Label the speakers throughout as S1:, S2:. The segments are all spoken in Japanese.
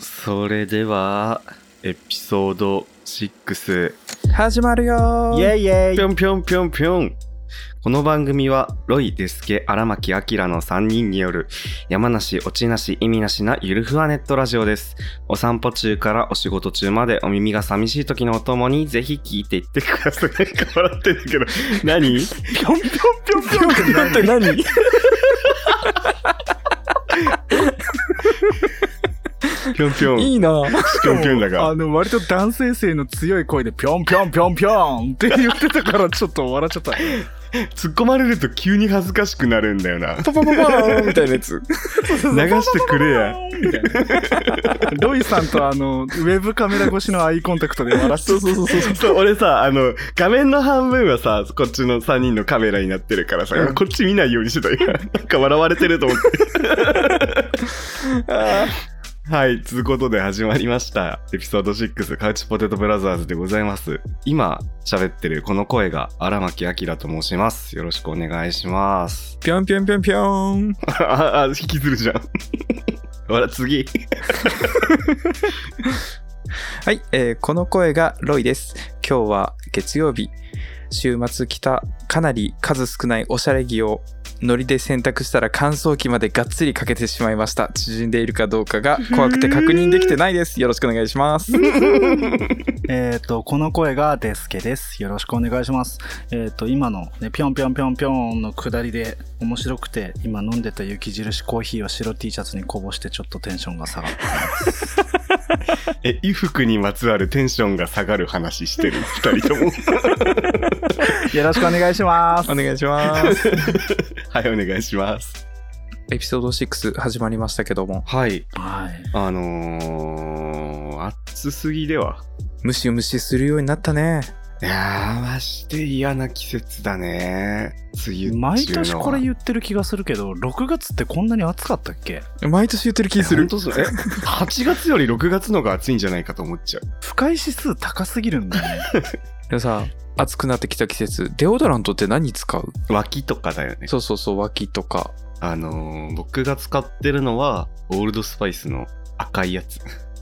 S1: それではエピソード6
S2: 始まるよ
S1: イ
S2: ー
S1: エイイエイぴょんぴょんぴょんぴょんこの番組はロイ・デスケ荒牧明の3人による山梨落ちなし意味なしなゆるふわネットラジオですお散歩中からお仕事中までお耳が寂しい時のお供にぜひ聞いていってください笑ってるけど何
S2: ぴょんぴょんぴょんぴょんぴょんっ て何
S1: ぴょんぴょん
S2: いいな
S1: ぴょんぴょんだから
S2: あの、割と男性性の強い声でぴょんぴょんぴょんぴょんって言ってたからちょっと笑っちゃった。
S1: 突っ込まれると急に恥ずかしくなるんだよな
S2: パパパパーンみたいなやつ。
S1: 流してくれや
S2: みたいなロイさんとあの、ウェブカメラ越しのアイコンタクトで笑っ
S1: そうそうそうそうそう俺さあの画面の半分はさこっちの3人のカメラになってるからさ、
S2: うん
S1: こっち見ないようにしてた今なんか笑われてると思ってはいつうことで始まりましたエピソード6カウチポテトブラザーズでございます今喋ってるこの声が荒牧明と申しますよろしくお願いします
S2: ぴょんぴょんぴょんぴょん。
S1: ああ引きずるじゃん ほら次
S3: はい、えーこの声がロイです。今日は月曜日、週末来たかなり数少ないおしゃれ着をノリで洗濯したら乾燥機までがっつりかけてしまいました。縮んでいるかどうかが怖くて確認できてないです。よろしくお願いします。
S2: えっ、と、この声がデスケです。よろしくお願いします。えっ、と、今のね、ぴょんぴょんぴょんぴょんの下りで面白くて、今飲んでた雪印コーヒーを白 T シャツにこぼしてちょっとテンションが下がった。
S1: え衣服にまつわるテンションが下がる話してる2人とも
S2: よろしくお願いします
S3: お。願いします。
S1: はいお願いします
S3: エピソード6始まりましたけども、
S1: はい
S2: はい。
S1: あのー、暑すぎでは。
S3: ムシムシするようになったね。
S1: いやー、まして嫌な季節だね。梅雨
S2: 毎年これ
S1: う。
S2: 言ってる気がするけど、6月ってこんなに暑かったっけ
S3: 毎年言ってる気す
S1: する
S3: る。
S1: とそうえ8月より6月の方が暑いんじゃないかと思っちゃう。
S2: 不快指数高すぎるんだよね。
S3: でもさ、暑くなってきた季節、デオドラントって何使う
S1: 脇とかだよね。
S3: そうそうそう、脇とか。
S1: あのー、僕が使ってるのは、オールドスパイスの赤いやつ。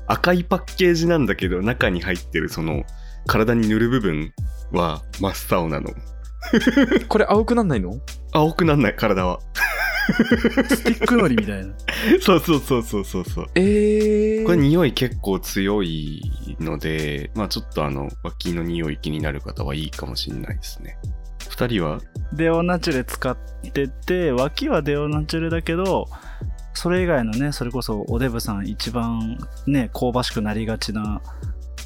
S1: 赤いパッケージなんだけど、中に入ってるその、体に塗る部分は真っ青なの。
S3: これ青くなんないの
S1: 青くなんない、体は。
S2: スティックのりみたいな。
S1: そうそうそうそうそうそう。
S3: ええ
S1: これ匂い結構強いので、まあちょっとあの、脇の匂い気になる方はいいかもしれないですね。二人は
S2: デオナチュレ使ってて脇はデオナチュレだけどそれ以外のねそれこそおデブさん一番ね香ばしくなりがちな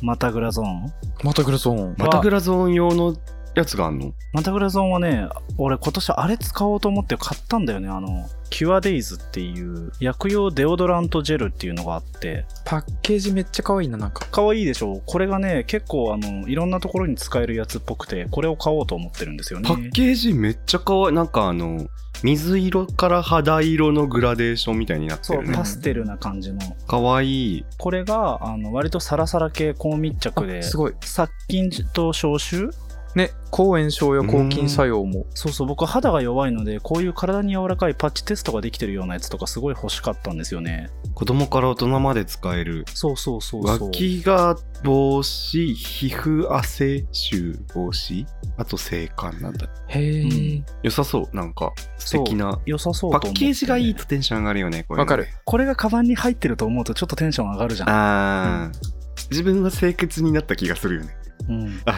S2: マタグラゾーン
S3: またグラゾーン。
S1: マタグラゾーン用のやつがあんの
S2: マタグラゾーンはね俺今年あれ使おうと思って買ったんだよねあのキュアデイズっていう薬用デオドラントジェルっていうのがあって
S3: パッケージめっちゃ可愛いな、なんか。
S2: 可愛いでしょこれがね結構あのいろんなところに使えるやつっぽくてこれを買おうと思ってるんですよね
S1: パッケージめっちゃ可愛い。なんかあの、水色から肌色のグラデーションみたいになって
S2: そう
S1: るね
S2: パ。ステルな感じの
S1: 可愛い。
S2: これがあの割とサラサラ系高密着です
S3: ごい。
S2: 殺菌と消臭
S3: ね、抗炎症や抗菌作用も。
S2: そうそう僕肌が弱いのでこういう体に柔らかいパッチテストができてるようなやつとかすごい欲しかったんですよね
S1: 子供から大人まで使える。
S2: そうそうそうそう
S1: 脇が防止、皮膚汗臭防止、あと静感なんだ。
S3: へえ。
S1: 良さそう。なんか素
S2: そう
S1: 敵な
S2: 良さそうと
S1: パ
S2: 思っ
S1: ッ
S2: て
S1: ケージがいいとテンション上がるよね、これ、ね。
S3: わかる。
S2: これがカバンに入ってると思うとちょっとテンション上がるじゃん、
S1: ああ、自分は清潔になった気がするよね。
S2: うん、
S1: あ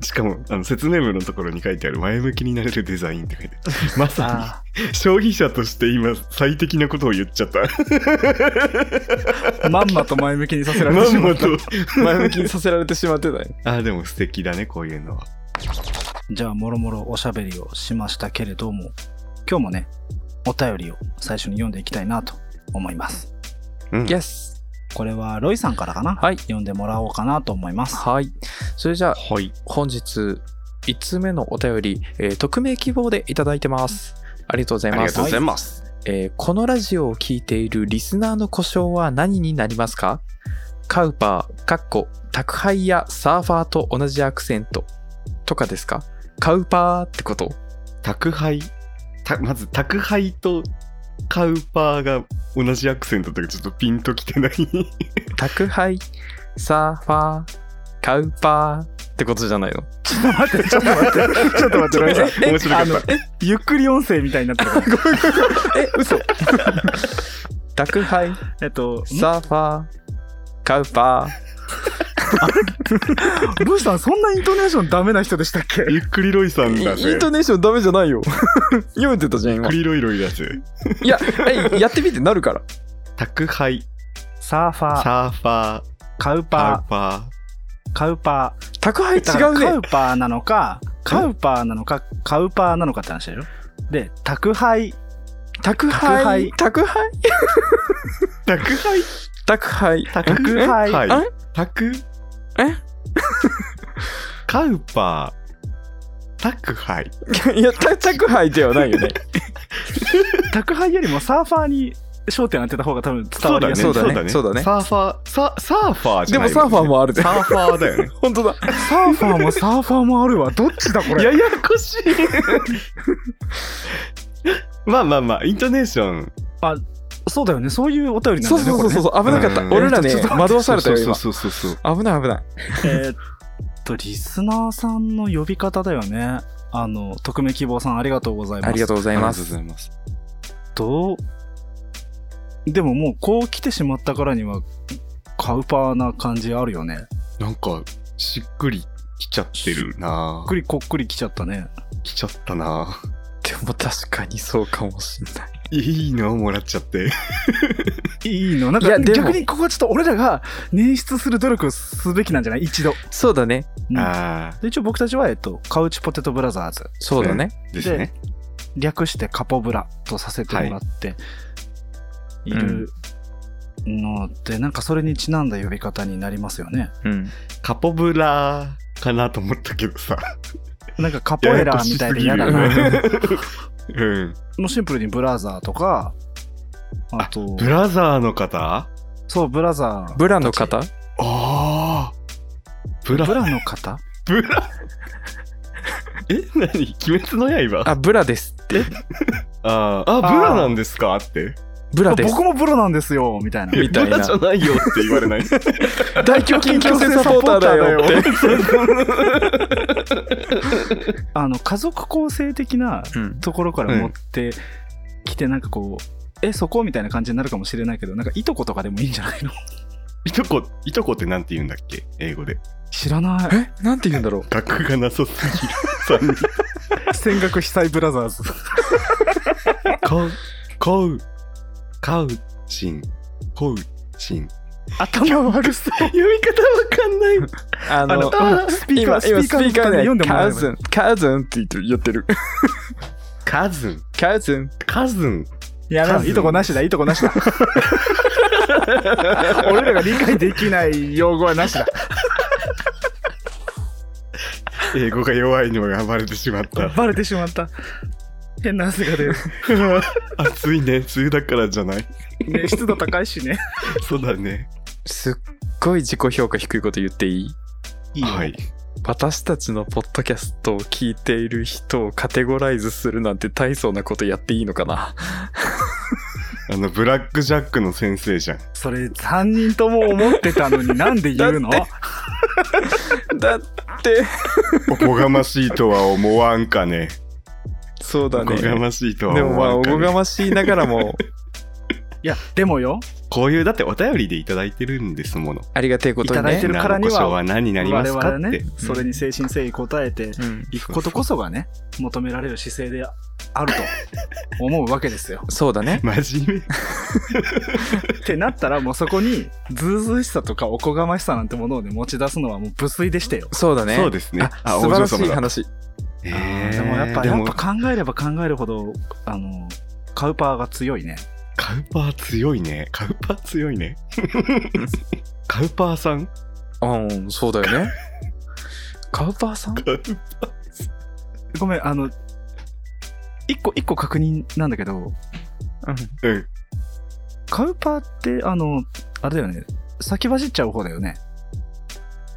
S1: ーしかもあの説明文のところに書いてある前向きになれるデザインって書いてある。まさ
S2: あ
S1: に消費者として今最適 なことを言っちゃった。
S2: あまんまと前向きにさせられて
S1: ま
S2: し
S1: ん
S2: ま っ
S1: ま
S2: た
S1: と。
S3: 前向きにさせられてしま ってたよ。
S1: ああ、でも素敵だね、こういうのは。
S2: じゃあもろもろおしゃべりをしましたけれども今日もねお便りを最初に読んでいきたいなと思います
S1: うん。
S3: イエス。
S2: これはロイさんからかな、
S3: はい
S2: 読んでもらおうかなと思 います
S3: はい。それじゃあ、
S1: はい。
S3: 本日、5つ目のお便り、えー匿名希望でいただいてます。ありがとうござい
S1: あり
S3: ま
S1: が
S3: す
S1: とう。ございます。
S3: えーこのラジオを聞いているリスナーの故障は何になりますかカウパー、カッコ、宅配やサーファーと同じアクセントとかですかカウパーってこと
S1: 宅配。たまず宅配とカウパーが同じアクセントとか ちょっとピンときてない
S3: 宅配、サーファー、カウパーってことじゃないの
S2: 待って、ちょっと待って、ちょっと待って、ロイさ ん。
S1: 面白かった
S3: あのえ、
S2: ゆっくり音声みたいになってるから。
S3: え、嘘宅配、
S2: えっと、
S3: サーファー、カウパ
S2: ロイさん、そんなイントネーションダメな人でしたっけ
S1: ゆっくりロイさんだぜ
S3: ー。イ
S1: ゆ
S3: ン
S1: っく
S3: トネーションダメじゃない よ。読めてたじゃん、今。い
S1: りロイロイだぜ
S3: や、えやってみてなるから。
S1: 宅配
S2: サーファー、
S1: サーファー
S2: カウ
S1: カ
S2: パ
S1: ウパ
S2: ー、カウパー。
S3: 宅配違
S2: だからカ
S3: う
S2: ウ
S3: ね。
S2: パーなのか、カウパーなのか、カウパーなのかって話でしょで、宅配、
S3: 宅配、宅配、
S1: ー宅配
S3: 宅配。
S2: 宅配
S1: は
S3: え
S1: い宅
S3: え
S1: カウパー宅配
S3: いや、た宅配ではないよね。
S2: 宅配よりもサーファーに焦点当てた方が多分伝わりやすい。
S3: そうだねそうだね
S1: サーファーササーファーじ
S3: で
S1: ゃな
S3: も
S1: い
S3: サーファー
S1: あ
S3: もあるで。
S1: サーファーだよね
S3: 本当だ。
S2: サーファーもサーファーもある わ。どっちだこれ。
S1: ややこしい まあまあまあイントネーション
S2: そうだよね。そういうお便りなん
S3: そ
S2: だ
S3: う
S2: よね。
S3: そうそう
S2: これ
S3: そ
S2: ね
S3: う、危なかった。
S1: うん
S3: 俺らね
S2: ちょっと、
S3: 惑わされたよ、
S1: そう
S3: 今。
S1: そうそうそうそう
S3: 危ない危ない。
S2: えーっと、リスナーさんの呼び方だよね。あの、匿名希望さんありがとうございます。
S3: ありがとうござ
S1: あ
S3: い
S1: り
S3: ま
S1: がとうご
S3: す
S1: ざ。います
S2: どうでももうこう来てしまったからには、カウパーな感じあるよね。
S1: なんかしっくりきちゃってるな
S2: こっくりこっくり来ちゃったね。
S1: きちゃったな
S3: でも確かにそうかもしんない。
S1: いいのもらっちゃって
S2: いいのなん
S3: い
S2: か
S3: やでも
S2: 逆にここはちょっと俺らが捻出する努力をすべきなんじゃない一度。
S3: そうだね。
S2: うん
S1: ああ
S2: で一応僕たちは、えっと、カウチポテトブラザーズ、
S3: そうだね。
S1: ですね
S2: 略してカポブラとさせてもらっているので、なんかそれにちなんだ呼び方になりますよね。
S3: うん。
S1: カポブラかなと思ったけどさ
S2: なんかカポエラーみたいで嫌だ
S1: ややこしすぎ
S2: な。
S1: るうん
S2: もうシンプルにブラザーとか、あと、
S1: ブラザーの方あ
S2: そう、ブラザー。
S3: ブラの方
S1: あブラ
S2: ブラの方
S1: ブラえ何鬼滅の刃
S3: あ、ブラですって。
S1: あーあ
S2: あー
S1: ブラなんですかって
S3: ブラです。
S2: 僕もブラなんですよ、みたいな。
S3: みたい
S1: ブ
S3: な
S1: ラじゃないよって言われない
S3: 大胸筋強制サポーターだよって。
S2: あの、家族構成的な
S3: うん。
S2: ところから持ってきて、なんかこう、え、そこみたいな感じになるかもしれないけど、なんかいとことかでもいいんじゃないの
S1: いとこいとこってなんて言うんだっけ英語で
S2: 知らない。
S3: えなんて言うんだろう。
S1: 学がなさすぎる三人
S2: 戦学被災ブラザーズ。
S1: こうこうかうちんこうちん
S2: 頭悪そう。
S1: 読み方わかんない
S3: あ
S2: あの
S3: の、
S2: スピーカ
S3: 今、今
S2: ー、
S3: スピーカ
S2: のとこ
S3: ー
S2: で
S3: で
S2: 読んでもらえ
S3: カ
S2: ば
S3: ズン、カズンって言って言ってる。
S1: カズン
S3: カズン。
S1: カズン
S2: いや
S1: カ
S2: だ、
S1: ズン
S2: いとこなしだ、いとこ なしだ。俺らが理解できない用語はなしだ。
S1: 英語が弱いのが暴れてしま った
S2: バレてしまった。変な汗が出る。
S1: 暑いね梅雨だからじゃない
S2: ね、 湿度高いしね。
S1: そうだね
S3: すっごい自己評価低いこと言っていい
S2: い
S1: はい
S3: 私たちのポッドキャストを聞いている人をカテゴライズするなんて大層なことやっていいのかな
S1: あのブラックジャックの先生じゃん
S2: それ、3人とも思ってたのになんで言うの
S3: だだって、
S1: おこがましいとは思わんかね
S3: そうだ
S1: おこ
S3: ね。
S1: がましいとは
S3: でも
S1: 思
S3: ま
S1: わ
S3: あ、
S1: ん
S3: お
S1: か、ね、
S3: こがましいながらも、
S2: いや、でもよ、
S1: こういうだってお便りでいただいてるんですもの
S3: ありがてえこ
S2: い
S3: と
S2: た
S3: に
S2: だいて
S3: ね。
S2: るからに
S1: 生の故障
S2: は、
S1: は何になり
S2: 我
S1: ます
S2: 々
S1: か
S2: は
S1: って、
S2: ね、それに誠心誠意応えて
S3: うん、
S2: いくことこそがね、求められる姿勢であると思うわけですよ。
S3: そうだね。
S1: 真面目
S2: ってなったら、もうそこに、ずうずうしさとかおこがましさなんてものをね、持ち出すのはもう無粋でしたよ。
S3: そうだね。
S1: そうですね
S3: あ
S1: あ
S3: 素晴らし
S1: お嬢様
S3: い
S1: だ
S3: 話。
S1: えー
S2: でもやっぱ、
S1: で
S2: や
S1: も
S2: っぱ考えれば考えるほど、あの、カウパーが強いね。
S1: カウパー強いねカウパー強いね カウパーさん
S3: うん、そうだよね。カウパーさん
S1: カウパー
S2: ごめん、あの、一個、一個確認なんだけど、
S1: うん
S2: カウパーって、あの、あれだよね、先走っちゃう方だよね。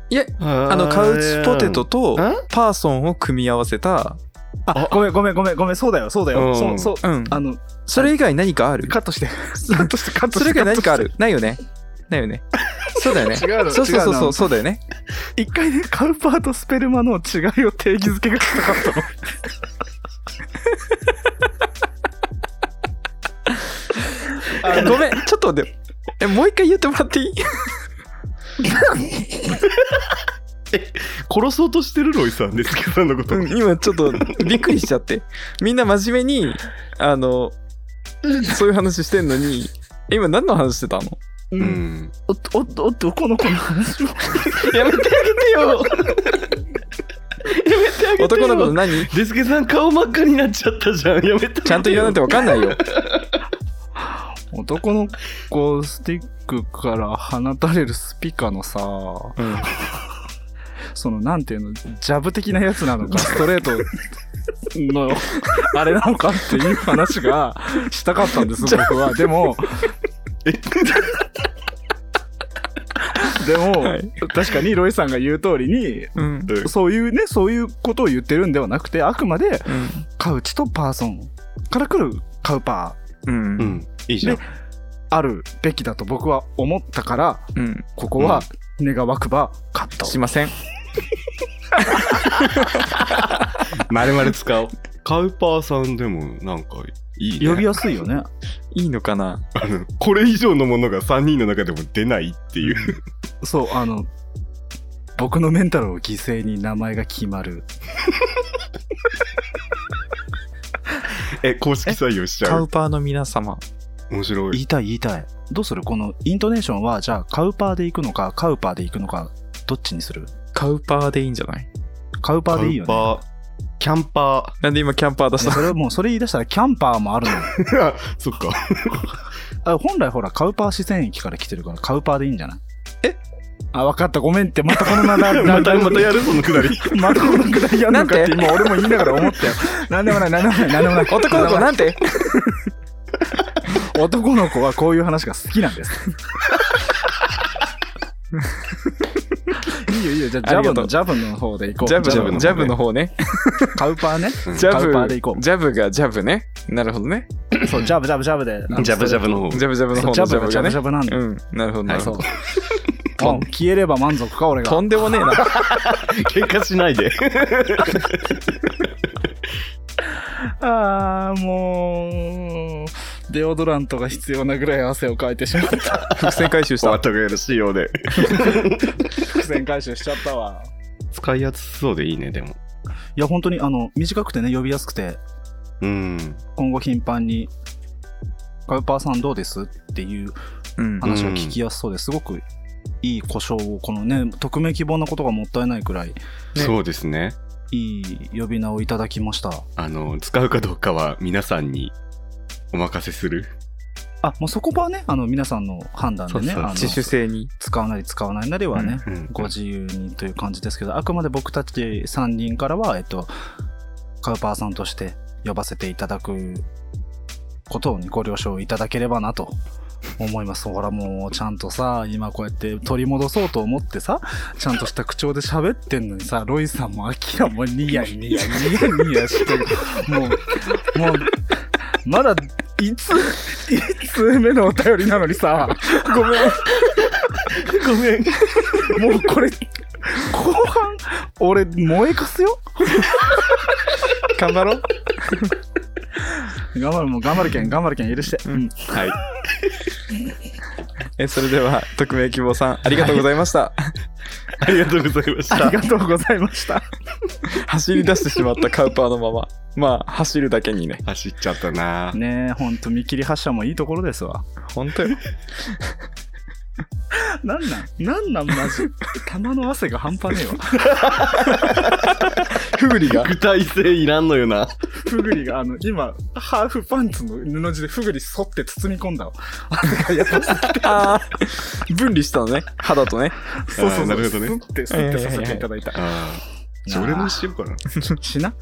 S3: いえ、
S1: あ
S3: あの、カウチポテトと
S1: ん
S3: パーソンを組み合わせた
S2: あごめんごめんごめんごめんそうだよそうだ
S1: う
S2: よ、
S1: ん
S2: そうそう
S3: うん
S2: あの
S3: それ以外何かある
S2: カットして カットしてカット
S3: そ
S2: して
S3: れ以外何かあるないよねないよねそうだよね
S2: 違うの
S3: そうそうそうそうそうだよね
S2: 一回ねカウパーとスペルマの違いを定義づけがしたかったの
S3: あごめんちょっと待ってえもう一回言ってもらっていい
S1: 殺そうとしてるロイさんですけど、そんなこと。
S3: うん今ちょっとびっくりしちゃってみんな真面目にあのそういう話してんのに今何の話してたの
S2: う
S1: うんん。
S2: おっとおっとおっとこの子の 話を
S3: やめてあげてよ男の子の何
S1: デスケさん顔真っ赤になっちゃったじゃん。やめて。
S3: ちゃんと言わないと分かんないよ
S2: 男の子スティックから放たれるスピカのさ
S3: うん
S2: そのなんていうのジャブ的なやつなのかストレートのあれなのかっていう話がしたかったんです僕はでも でも、
S3: はい
S2: 確かにロイさんが言う通りに
S3: うん
S1: うん。
S2: そういうねそういうことを言ってるんではなくてあくまで
S3: う
S2: カウチとパーソンから来るカウパー
S3: ん
S1: う
S3: うん
S1: ん。いいじゃん。
S2: あるべきだと僕は思ったから
S3: うん
S2: ここは願わくばカット、
S3: しません
S1: まるまる使おう。カウパーさんでもなんかいい、ね。
S2: 呼びやすいよね
S3: いいのかな
S1: あのこれ以上のものが3人の中でも出ないっていう。
S2: そうあの僕のメンタルを犠牲に名前が決まる
S1: え、公式採用しちゃ
S3: カ
S1: う
S3: ウ。パーの皆様
S1: 面白
S2: 言
S1: い。
S2: いたい言いたいどうするこのイントネーションはじゃあカウパーで行くのかカウパーで行くのかどっちにする
S3: カウパーでいいんじゃない
S2: カウパーでいいよ
S1: カウ
S2: ね
S1: パー。キャンパ
S3: なんで今キャンパー出
S2: い
S3: し
S2: や
S3: た
S2: それはもうそれ言い出したらキャンパーもあるのよ
S1: ー。あそっか。
S2: あ本来ほらカウパー四川駅から来てるからカウパーでいいんじゃない
S3: え
S2: あ分かったごめんってまたこの 名前
S1: またまたやるそのくだり。
S2: またこのくらいやんのかっ
S3: な
S2: て
S3: ん
S2: 今俺も言いながら思ったよなんでもないなんでもないなんでもない
S3: 男の子なんて
S2: 男の子はこういう話が好きなんです いいよいいよじゃあジャブ
S3: あ
S2: の
S3: り
S2: ジャブの方で行こう
S3: ジャブ
S1: ジャブ
S3: の
S1: の
S3: ジャブの方ね
S2: カウパーね
S1: うん
S3: ジャ
S2: カウパーで行こ
S3: ブ
S2: う
S3: ジャブがジャブねなるほどね
S2: そうジャブジャブジャブであの
S1: ジャブジャブの方。
S3: ジャブジャブの方
S2: そう
S3: の
S2: ジ
S3: ジ
S2: ャブ
S3: ャ
S2: が
S3: ブ
S2: ジ
S3: が
S2: ャブ
S3: ね
S2: ジャブなんだよ
S3: うんなるほどなる
S2: そ
S3: ほ
S2: う
S3: ど
S2: うん消えれば満足か俺が
S3: とんでもねえな
S1: 喧嘩しないで。
S2: ああもうデオドラントが必要なぐらい汗をかいてしまった
S3: 伏線回収し
S1: 終わったたがよろしいようで。
S2: 伏線回収しちゃったわ
S1: 使いやすそうでいいね、でも。
S2: いや本当にあの短くてね呼びやすくて
S1: うん。
S2: 今後頻繁に「カウパーさんどうです?」っていう
S3: うん
S2: 話が聞きやすそうですごくいい故障をこのね匿名希望なことがもったいないくらい
S1: そうですね。
S2: いい呼び名をいただきました
S1: あの、使うかどうかは皆さんにお任せする。
S2: あもうそこはねあの皆さんの判断でね
S1: そうそう
S2: あの
S3: 自主性に
S2: 使うなり使わないなりはね、
S1: うん
S2: ご自由にという感じですけどあくまで僕たち3人からは、えっと、カウパーさんとして呼ばせていただくことにご了承いただければなと思いますほらもうちゃんとさ今こうやって取り戻そうと思ってさちゃんとした口調で喋ってんのにさロイさんもアキラもニヤニヤニヤニヤしてもうもうまだいついつ目のお便りなのにさごめん
S1: ごめん。
S2: もうこれ、後半、俺、燃えかす よ
S3: 頑張ろう
S2: 頑張る、もう頑張るけん、頑張るけん、許して。
S3: うんはいえそれでは匿名希望さんありがとうございました
S1: ありがとうございまし
S2: あ
S1: た
S2: り。がとうございました。
S3: 走り出してしまったカウパーのまままあ走るだけにね
S1: 走っちゃったな。
S2: ねえ、ほんと、見切り発車もいいところですわ。
S3: 本当よ
S2: なんなんなんなん、マジ。玉の汗が半端ねえわ。
S3: ふぐりが
S1: 具体性いらんのよな。
S2: ふぐりが、あの、今、ハーフパンツの布地でふぐり沿って包み込んだわ。汗がやばすぎて
S3: あー分離したのね肌とね
S2: そうそうそう。
S1: なるほどね
S2: すって、すってさせていただいた。
S1: ああ。
S2: なあ
S1: 俺もしようかな。
S2: しな。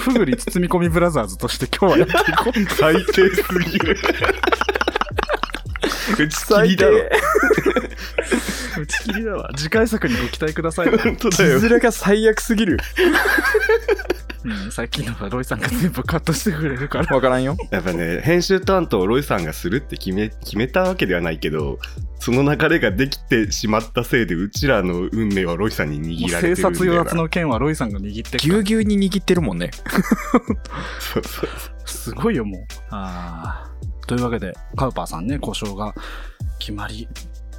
S2: ふ ぐり包み込みブラザーズとして今日はやっていこう。
S1: 最低すぎる。打ち切りだろ。
S2: 打ち切りだわ。次回作にご期待ください。
S1: 本当
S3: 字
S1: だよ。
S3: 面が最悪すぎる
S2: うん、さっきのがロイさんが全部カットしてくれるから。
S3: わからんよ。
S1: やっぱね、編集担当をロイさんがするって決め、決めたわけではないけど、その流れができてしまったせいで、うちらの運命はロイさんに
S2: も
S1: 握
S2: う
S1: られ
S2: 生
S1: てるん
S2: 殺
S1: だよ
S2: 与
S1: な
S2: 奪の剣はロイさんが握って
S3: ぎゅうぎゅうに握ってるもんね。
S1: そうそう
S2: すごいよ、もう。あーというわけで、カウパーさんね、故障が決まり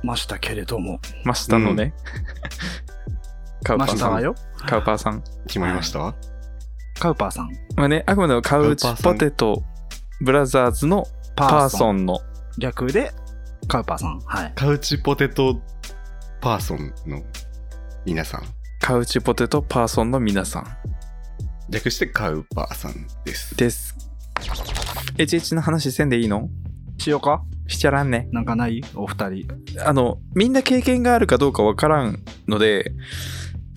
S2: ましたけれども。
S3: 真下のね。カウパ
S2: ま
S3: ー
S2: した
S3: さ
S2: わ
S3: ん。
S2: よ。
S3: カウパーさん。
S1: 決まりました
S2: カウパーさん。
S3: まあね、あくまでもカウチ
S1: カウパーさん
S3: ポテトブラザーズのパーソンの
S2: 略で、カウパーさん。はい。
S1: カウチポテトパーソンの皆さん。
S3: カウチポテトパーソンの皆さん
S1: 略してカウパーさんです。
S3: です。HH の話せんでいいの
S2: しようか
S3: しちゃらんね。
S2: なんかないお二人。
S3: あの、みんな経験があるかどうかわからんので、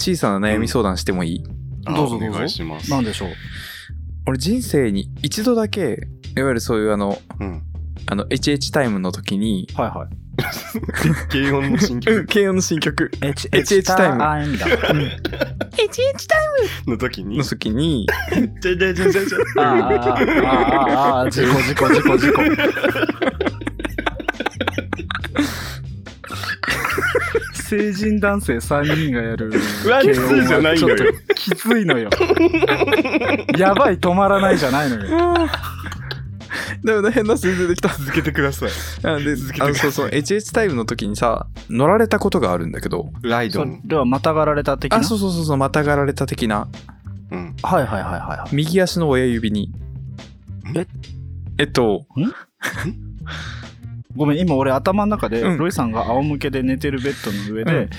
S3: 小さな悩み相談してもいい、
S1: あ
S2: どうぞどうぞ
S1: お願いします。
S2: なんでしょう
S3: 俺人生に一度だけ、いわゆるそういうあの、
S1: うん。
S3: あの、HH タイムの時に、
S2: はいはい。
S1: 軽音の新
S3: うん、
S1: 曲
S3: 慶応の新曲
S2: H、
S3: HH タイム
S2: イムだ。
S1: の時に
S3: の、時に、
S1: じゃじゃじゃ じゃじゃ
S2: ああ、ああ、ああ、事故事故事故事故。成人男性3人がやる
S1: わ
S2: 軽
S1: き
S2: 音は
S1: ついじゃないのよ
S2: ちょっときつい のよやばい止まらないじゃないのよ
S3: だめだ、変な数字出てきた。
S1: 続けてください。
S3: あで
S1: 続けてください
S3: あのそうそう、HH タイムの時にさ、乗られたことがあるんだけど、
S1: ライド
S2: そ
S1: ン。
S2: れはまたがられた的な
S3: あ、そうそうそうそう、またがられた的な、
S1: うん。
S2: はいはいはいはいはい
S3: 右足の親指に。
S1: え
S3: えっと、
S2: ごめん今俺頭の中で
S3: うん
S2: ロイさんが仰向けで寝てるベッドの上で、
S3: うん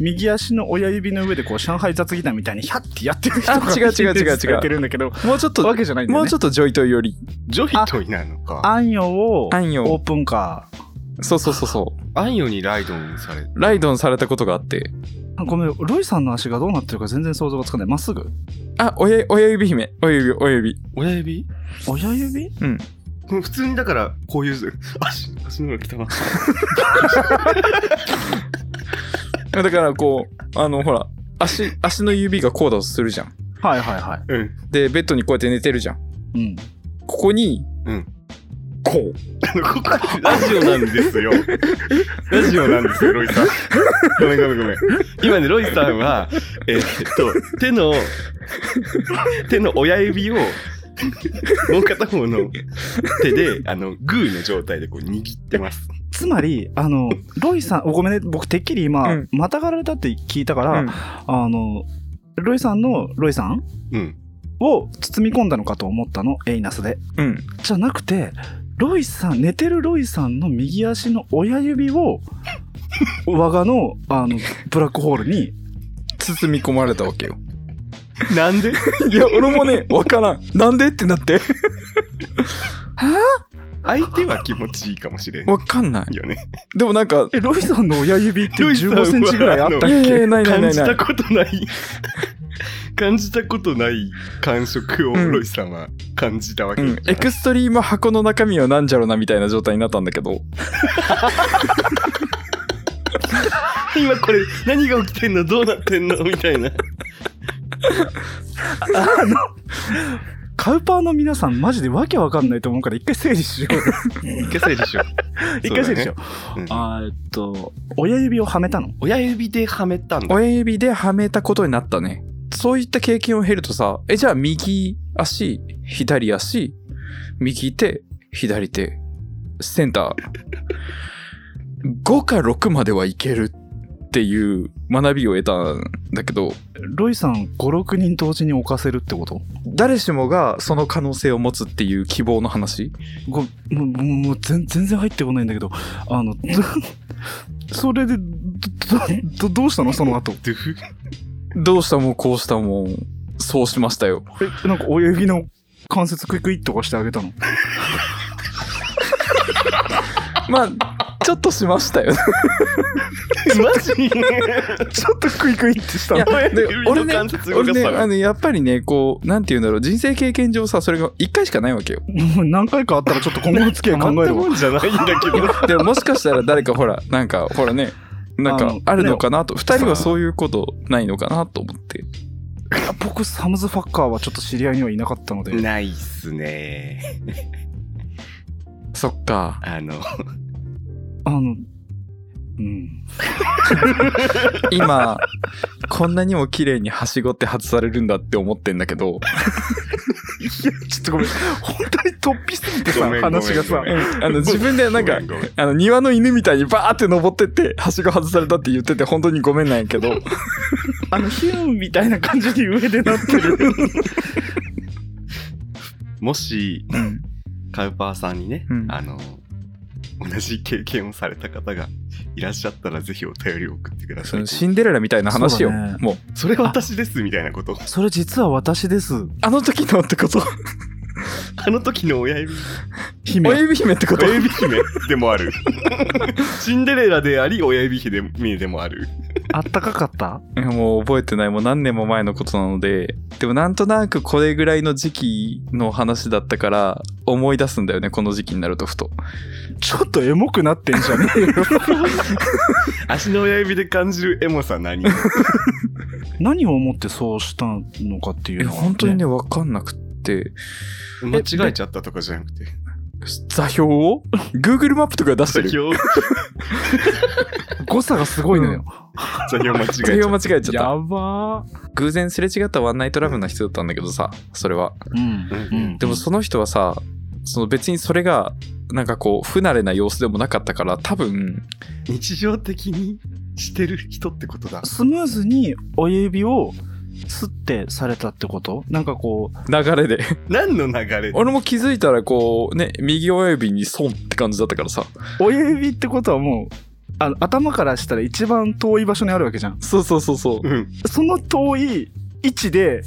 S2: 右足の親指の上でこう上海雑技団みたいにヒャッてやってる人が
S3: あ違う違う違う違う
S2: いてやってるんだけど
S3: もうちょっと、
S2: わけじゃないんだよね
S3: もうちょっとジョイトより。
S1: ジョイトイなのか。
S2: アンヨを
S3: あん
S2: オー
S3: よ。
S2: プンカ
S3: そうそうそうそう。
S1: あんよにライドンされて。
S3: ライドンされたことがあって。
S2: ーごめんロイさんの足がどうなってるか全然想像がつかないまっすぐ
S3: あ、親親指姫。親指、親指。
S1: 親指
S2: 親指
S3: うん。
S1: 普通にだから、こういう、足、足の裏来たな。
S3: だからこう、あの、ほら、足、足の指がこうだとするじゃん。
S2: はいはいは
S1: うん。
S3: で、ベッドにこうやって寝てるじゃん。
S2: いうん
S3: ここに、
S1: うん。
S3: こ
S1: あの、ここラジオなんです よ。ラジオなんですよ、ロイさん。ごめんごめんごめん。今ね、ロイさんは、えーっと、手の、手の親指を、もう片方の手で、あの、グーの状態でこう握ってます。
S2: つまりあのロイさんおごめんね僕てっきり今、
S3: うん
S2: またがられたって聞いたか
S3: う。
S2: ら、
S3: うん
S2: あのロイさんのロイさん
S1: うん。
S2: を包み込んだのかと思ったのエイナスで
S3: うん。
S2: じゃなくてロイさん寝てるロイさんの右足の親指を我がのあのブラックホールに
S3: 包み込まれたわけよ。
S1: なんで
S3: いや、俺もね、わからん。なんでってなって。
S1: 相手は気持ちいいかもしれん
S3: わかんない。
S1: よね。
S3: でもなんか、
S2: えロイさんの親指って
S1: ロイさんは
S2: 15センチぐらいあったっ
S3: いやい
S2: け
S3: や、ないない
S1: 感
S3: ない
S1: じ
S3: ない
S1: た。ことない、感じたことない感触を
S3: うん
S1: ロイさんは感じたわ
S3: う
S1: けだ
S3: ん
S1: か、ら
S3: エクストリーム箱の中身はなんじゃろなみたいな状態になったんだけど
S1: 今これ何が起きてんのどうなってんのみたいな
S2: カウパーの皆さんマジでわけわかんないと思うから一回整理しよ う
S1: 一回整理しよう
S2: 一回整理しよう
S1: そうだねうん
S2: あーえっと親指をはめたの
S1: 親指ではめたんだ
S3: 親指ではめたことになったねそういった経験を経るとさえじゃあ右足左足右手左手センター5か6まではいけるっていう学びを得たんだけど
S2: ロイさん56人同時に置かせるってこと
S3: 誰しもがその可能性を持つっていう希望の話
S2: ごもうもうもう全全然入ってこないんだけどあの それでどどどどうしたのその後
S1: ドゥフ
S3: どうしたもんこうしたもんそうしましたよ
S2: えなんか親指の関節クイクイっとかしてあげたの
S3: まあちょっとしました よ
S1: マジ
S2: ちょっとクイクイってした
S3: い
S2: の
S3: やで
S1: 指の
S3: 俺ね
S1: 関節動か
S3: 俺
S1: す
S3: ね
S1: から
S3: あのやっぱりねこうなんて言うんだろう人生経験上さそれが1回しかないわけよ
S2: もう何回かあったらちょっと今後の付き合い考えるわ
S1: んじゃないんだけ ど
S3: でももしかしたら誰かほらなんかほらねなん
S2: あ
S3: か
S2: の
S3: あるのかなと2人は
S1: さあ
S3: そういうことないのかなと思って
S2: や僕サムズファッカーはちょっと知り合いにはいなかったので
S1: ないっすね。
S3: そっか。
S1: あの、
S2: あのうん
S3: 今、こんなにも綺麗にはしごって外されるんだって思ってんだけど、
S2: いやちょっとごめん本当に突飛すぎて
S1: ご
S2: さ
S1: めん
S2: 話がさ
S1: ごめんご
S3: あの自分でなんか
S1: ごめ、ごめ
S3: あの庭の犬みたいにバーって登ってって、はしご外されたって言ってて本当にごめんなんやけど、
S2: あのヒューンみたいな感じに上でなってる
S1: もし、
S3: うん
S1: カウパーさんにね、
S3: うん
S1: あの、同じ経験をされた方がいらっしゃったら、ぜひお便りを送ってくだ
S3: そ
S1: さい
S3: の。シンデレラみたいな話よ、
S2: そうだね
S3: もう。
S1: それ私ですみたいなことを。
S2: それ実は私です
S3: あの時のってこと
S1: あの時の親指、
S2: 姫
S3: 親指姫ってこと
S1: 親指姫でもある。シンデレラであり、親指姫でもある。
S2: あったかかった
S3: いやもう覚えてないもう何年も前のことなのででもなんとなくこれぐらいの時期の話だったから思い出すんだよねこの時期になるとふと
S2: ちょっとエモくなってんじゃねえよ
S1: 足の親指で感じるエモさ何
S2: 何を思ってそうしたのかってい
S3: え
S2: うのは、
S3: 本当にね分かんなくって
S1: 間違えちゃったとかじゃなくて。
S3: 座標を Google マップとか出して
S1: 座
S3: る
S1: 標、
S2: 誤差がすごいのよ、
S1: 座標間違え
S3: 座
S1: ち
S3: 標
S1: ゃっ
S3: 間違えちゃっ
S2: ば
S3: た偶然すれ違ったワンナイトラブな人だったんだけどさそれは
S2: うん
S1: た。うん
S2: うん
S3: でもその人はさその別にそれがなんかこう不慣れな様子でもなかったから多分
S1: 日常的にしてる人ってことだ。
S2: スムーズに親指をすってされたってことなんかこう
S3: 流れで
S1: 何の流れ
S3: 俺も気づいたらこうね右親指に損って感じだったからさ
S2: 親指ってことはもうあの頭からしたら一番遠い場所にあるわけじゃん
S3: そうそうそうそう
S1: うん。
S2: その遠い位置で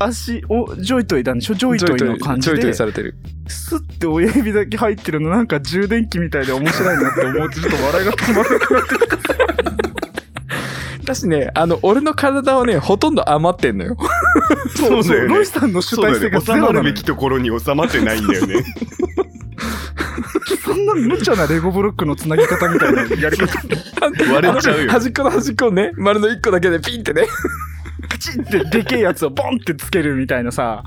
S2: 足をジョイトイだねジョイトイの感じ
S3: ちょいと
S2: で
S3: いされてる
S2: スッて親指だけ入ってるのなんか充電器みたいで面白いなって思うとちょっと笑いが止まらなくなってきた
S3: だしねあの俺の体はねほとんど余ってんのよ
S1: そうだよ
S2: ロ
S1: ね
S2: イ。さんの主
S1: そうだ
S2: 体
S1: よね
S2: 性が
S1: 収
S2: ゼロ
S1: ま
S2: な
S1: る
S2: の
S1: べ
S2: よ
S1: きところに収まってないんだよね。
S2: そんな無茶なレゴブロックのつなぎ方みたいなやり方
S1: 割れちゃうよ
S3: 端っこの端っこをね丸の1個だけでピンってね
S2: プチってでけえやつをボンってつけるみたいなさ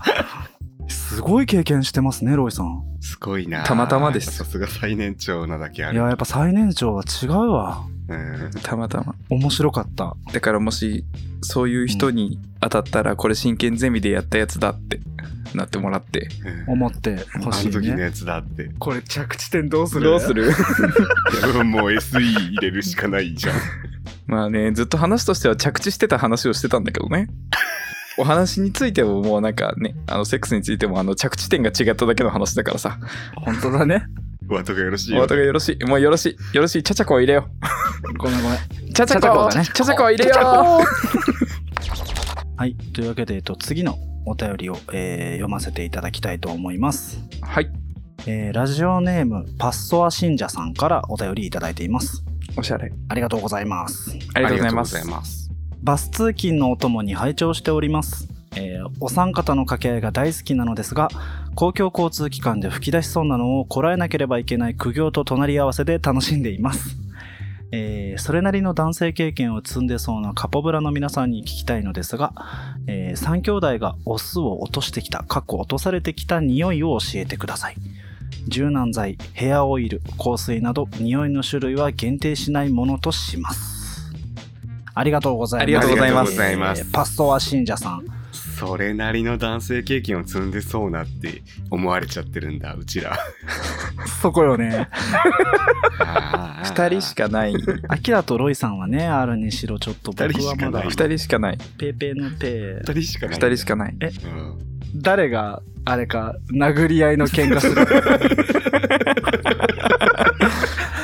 S2: すごい経験してますねロイさん
S1: すごいな。
S3: たまたまです
S1: さすが最年長なだけあ
S2: い
S1: る。
S2: ややっぱ最年長は違うわ
S1: うん
S3: たまたま
S2: 面白かった
S3: だからもしそういう人に当たったらこれ真剣ゼミでやったやつだってなってもらって
S1: うん
S2: 思ってほ
S1: あ
S2: しい
S1: の時の
S2: ね
S1: やつだって。い
S2: これ着地点どうする
S3: どうする
S1: やもう SE 入れるしかないじゃん。
S3: まあねずっと話としては着地してた話をしてたんだけど ねお話についてももうなんかねあのセックスについてもあの着地点が違っただけの話だからさ
S2: 本当だね
S1: お後がよろしい
S3: お
S1: よ
S3: 後。がよろしいもうよろしいよろしいちゃちゃこを入れよう
S2: ごめんごめん
S3: チャチャ
S2: チャチャ
S3: コ
S2: コ
S3: チ
S2: だね
S3: ャチャコ入れよ
S2: はいというわけで、えっと、次のお便りを、えー読ませていただきたいと思います
S3: うはい
S2: えーラジオネームパッソア信者さんからお便りいただいています
S3: おしゃれ
S2: ありがとうございます
S3: ありがとうございます
S1: ありがとうございます。
S2: バス通勤のお供に拝聴しております、えーお三方の掛け合いが大好きなのですが公共交通機関で吹き出しそうなのをこらえなければいけない苦行と隣り合わせで楽しんでいます、えーそれなりの男性経験を積んでそうなカポブラの皆さんに聞きたいのですが、え3兄弟がオスを落としてきた過去落とされてきた匂いを教えてください柔軟剤ヘアオイル香水など匂いの種類は限定しないものとしますありがとうございます
S3: ありがとうございます
S1: ありがとうございます
S2: えーパストア信者さん
S1: それなりの男性経験を積んでそうなって思われちゃってるんだ、うちら。
S2: そこ よね
S3: 2
S1: 2
S3: 人しかない2
S2: アキラとロイさんはねあるにしろちょっと僕
S1: 二人
S2: は
S1: しか
S2: ま
S1: な
S2: だ
S1: い
S3: 人しかない
S2: ペーペーのペー
S1: 二人しか
S3: 2
S1: ない。
S3: 人しかない
S1: うん
S2: 誰があれか殴り合いの喧嘩す る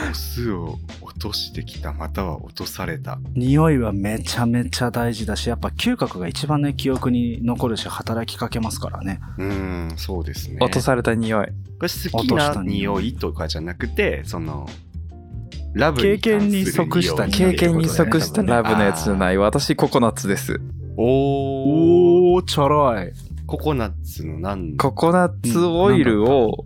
S1: オスを落としてきた、または落とされた。
S2: 匂いはめちゃめちゃ大事だしやっぱ嗅覚が一番ね記憶に残るし働きかけますからね
S1: うん、そうですね。
S3: 落とされた匂い
S1: これ好きな匂いとかじゃなくて、その、ラブ
S2: 経
S1: に
S2: 験
S1: 関する匂いっ
S2: に即した
S1: て
S3: 経
S1: いうことだよ
S3: 験
S1: ね
S3: に即したラブのやつじゃない私ココナッツです
S1: おー
S2: おおちょろい
S1: ココナッツのなん
S3: ココナッツオイルを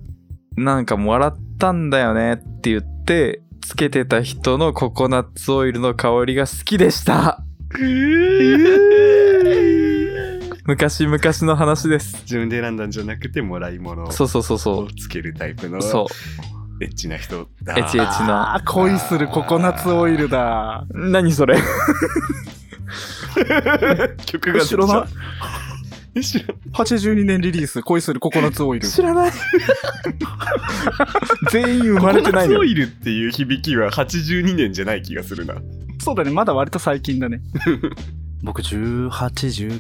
S3: なんかもらったんだよねって言ってつけてた人のココナッツオイルの香りが好きでした
S1: えー
S3: 昔々の話です。
S1: 自分で選んだんじゃなくてもらい物を
S3: そうそうそうそ
S1: つけるタイプの
S3: う。そ
S1: エッチな人だ
S3: う。エチエチの。
S2: あー恋するココナッツオイルだ。
S3: 何それ
S1: 曲が出てきた
S2: 知 らな
S1: 知ら
S2: 82年リリース、恋するココナッツオイル。
S3: 知ら ない。 全員生まれてない
S1: ココナッツ
S3: の
S1: オ
S3: よ。
S1: イルっていう響きは82年じゃない気がするな。
S2: そうだね、まだ割と最近だね。 僕、18、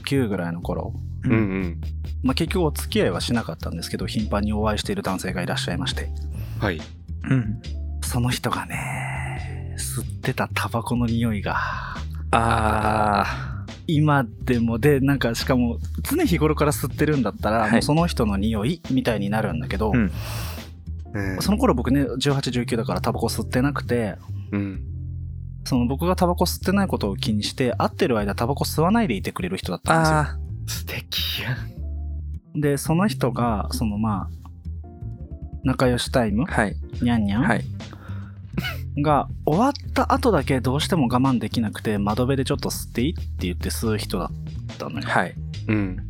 S2: 19ぐらいの頃。
S1: うんうん。
S2: まあ、結局お付き合いはしなかったんですけど、頻繁にお会いしている男性がいらっしゃいまして。
S1: はい。
S3: うん。
S2: その人がね、吸ってたタバコの匂いが、
S3: あ
S2: 今でもで、なんかしかも常日頃から吸ってるんだったら、
S3: はい
S2: もうその人の匂いみたいになるんだけど、
S3: うん
S2: その頃僕ね、18、19だからタバコ吸ってなくて、
S1: うん。
S2: その僕がタバコ吸ってないことを気にして、会ってる間タバコ吸わないでいてくれる人だっ
S3: あ。
S2: たんです
S1: 素
S3: あ
S2: よ。
S1: 敵や。
S2: で、その人が、そのまあ、仲良しタイム
S3: あ。、はい。
S2: にゃんにゃん、
S3: はい。
S2: が終わった後だけどうしても我慢できなくて窓辺でちょっと吸っていいって言って吸う人だったのよ
S3: はい。
S1: うん。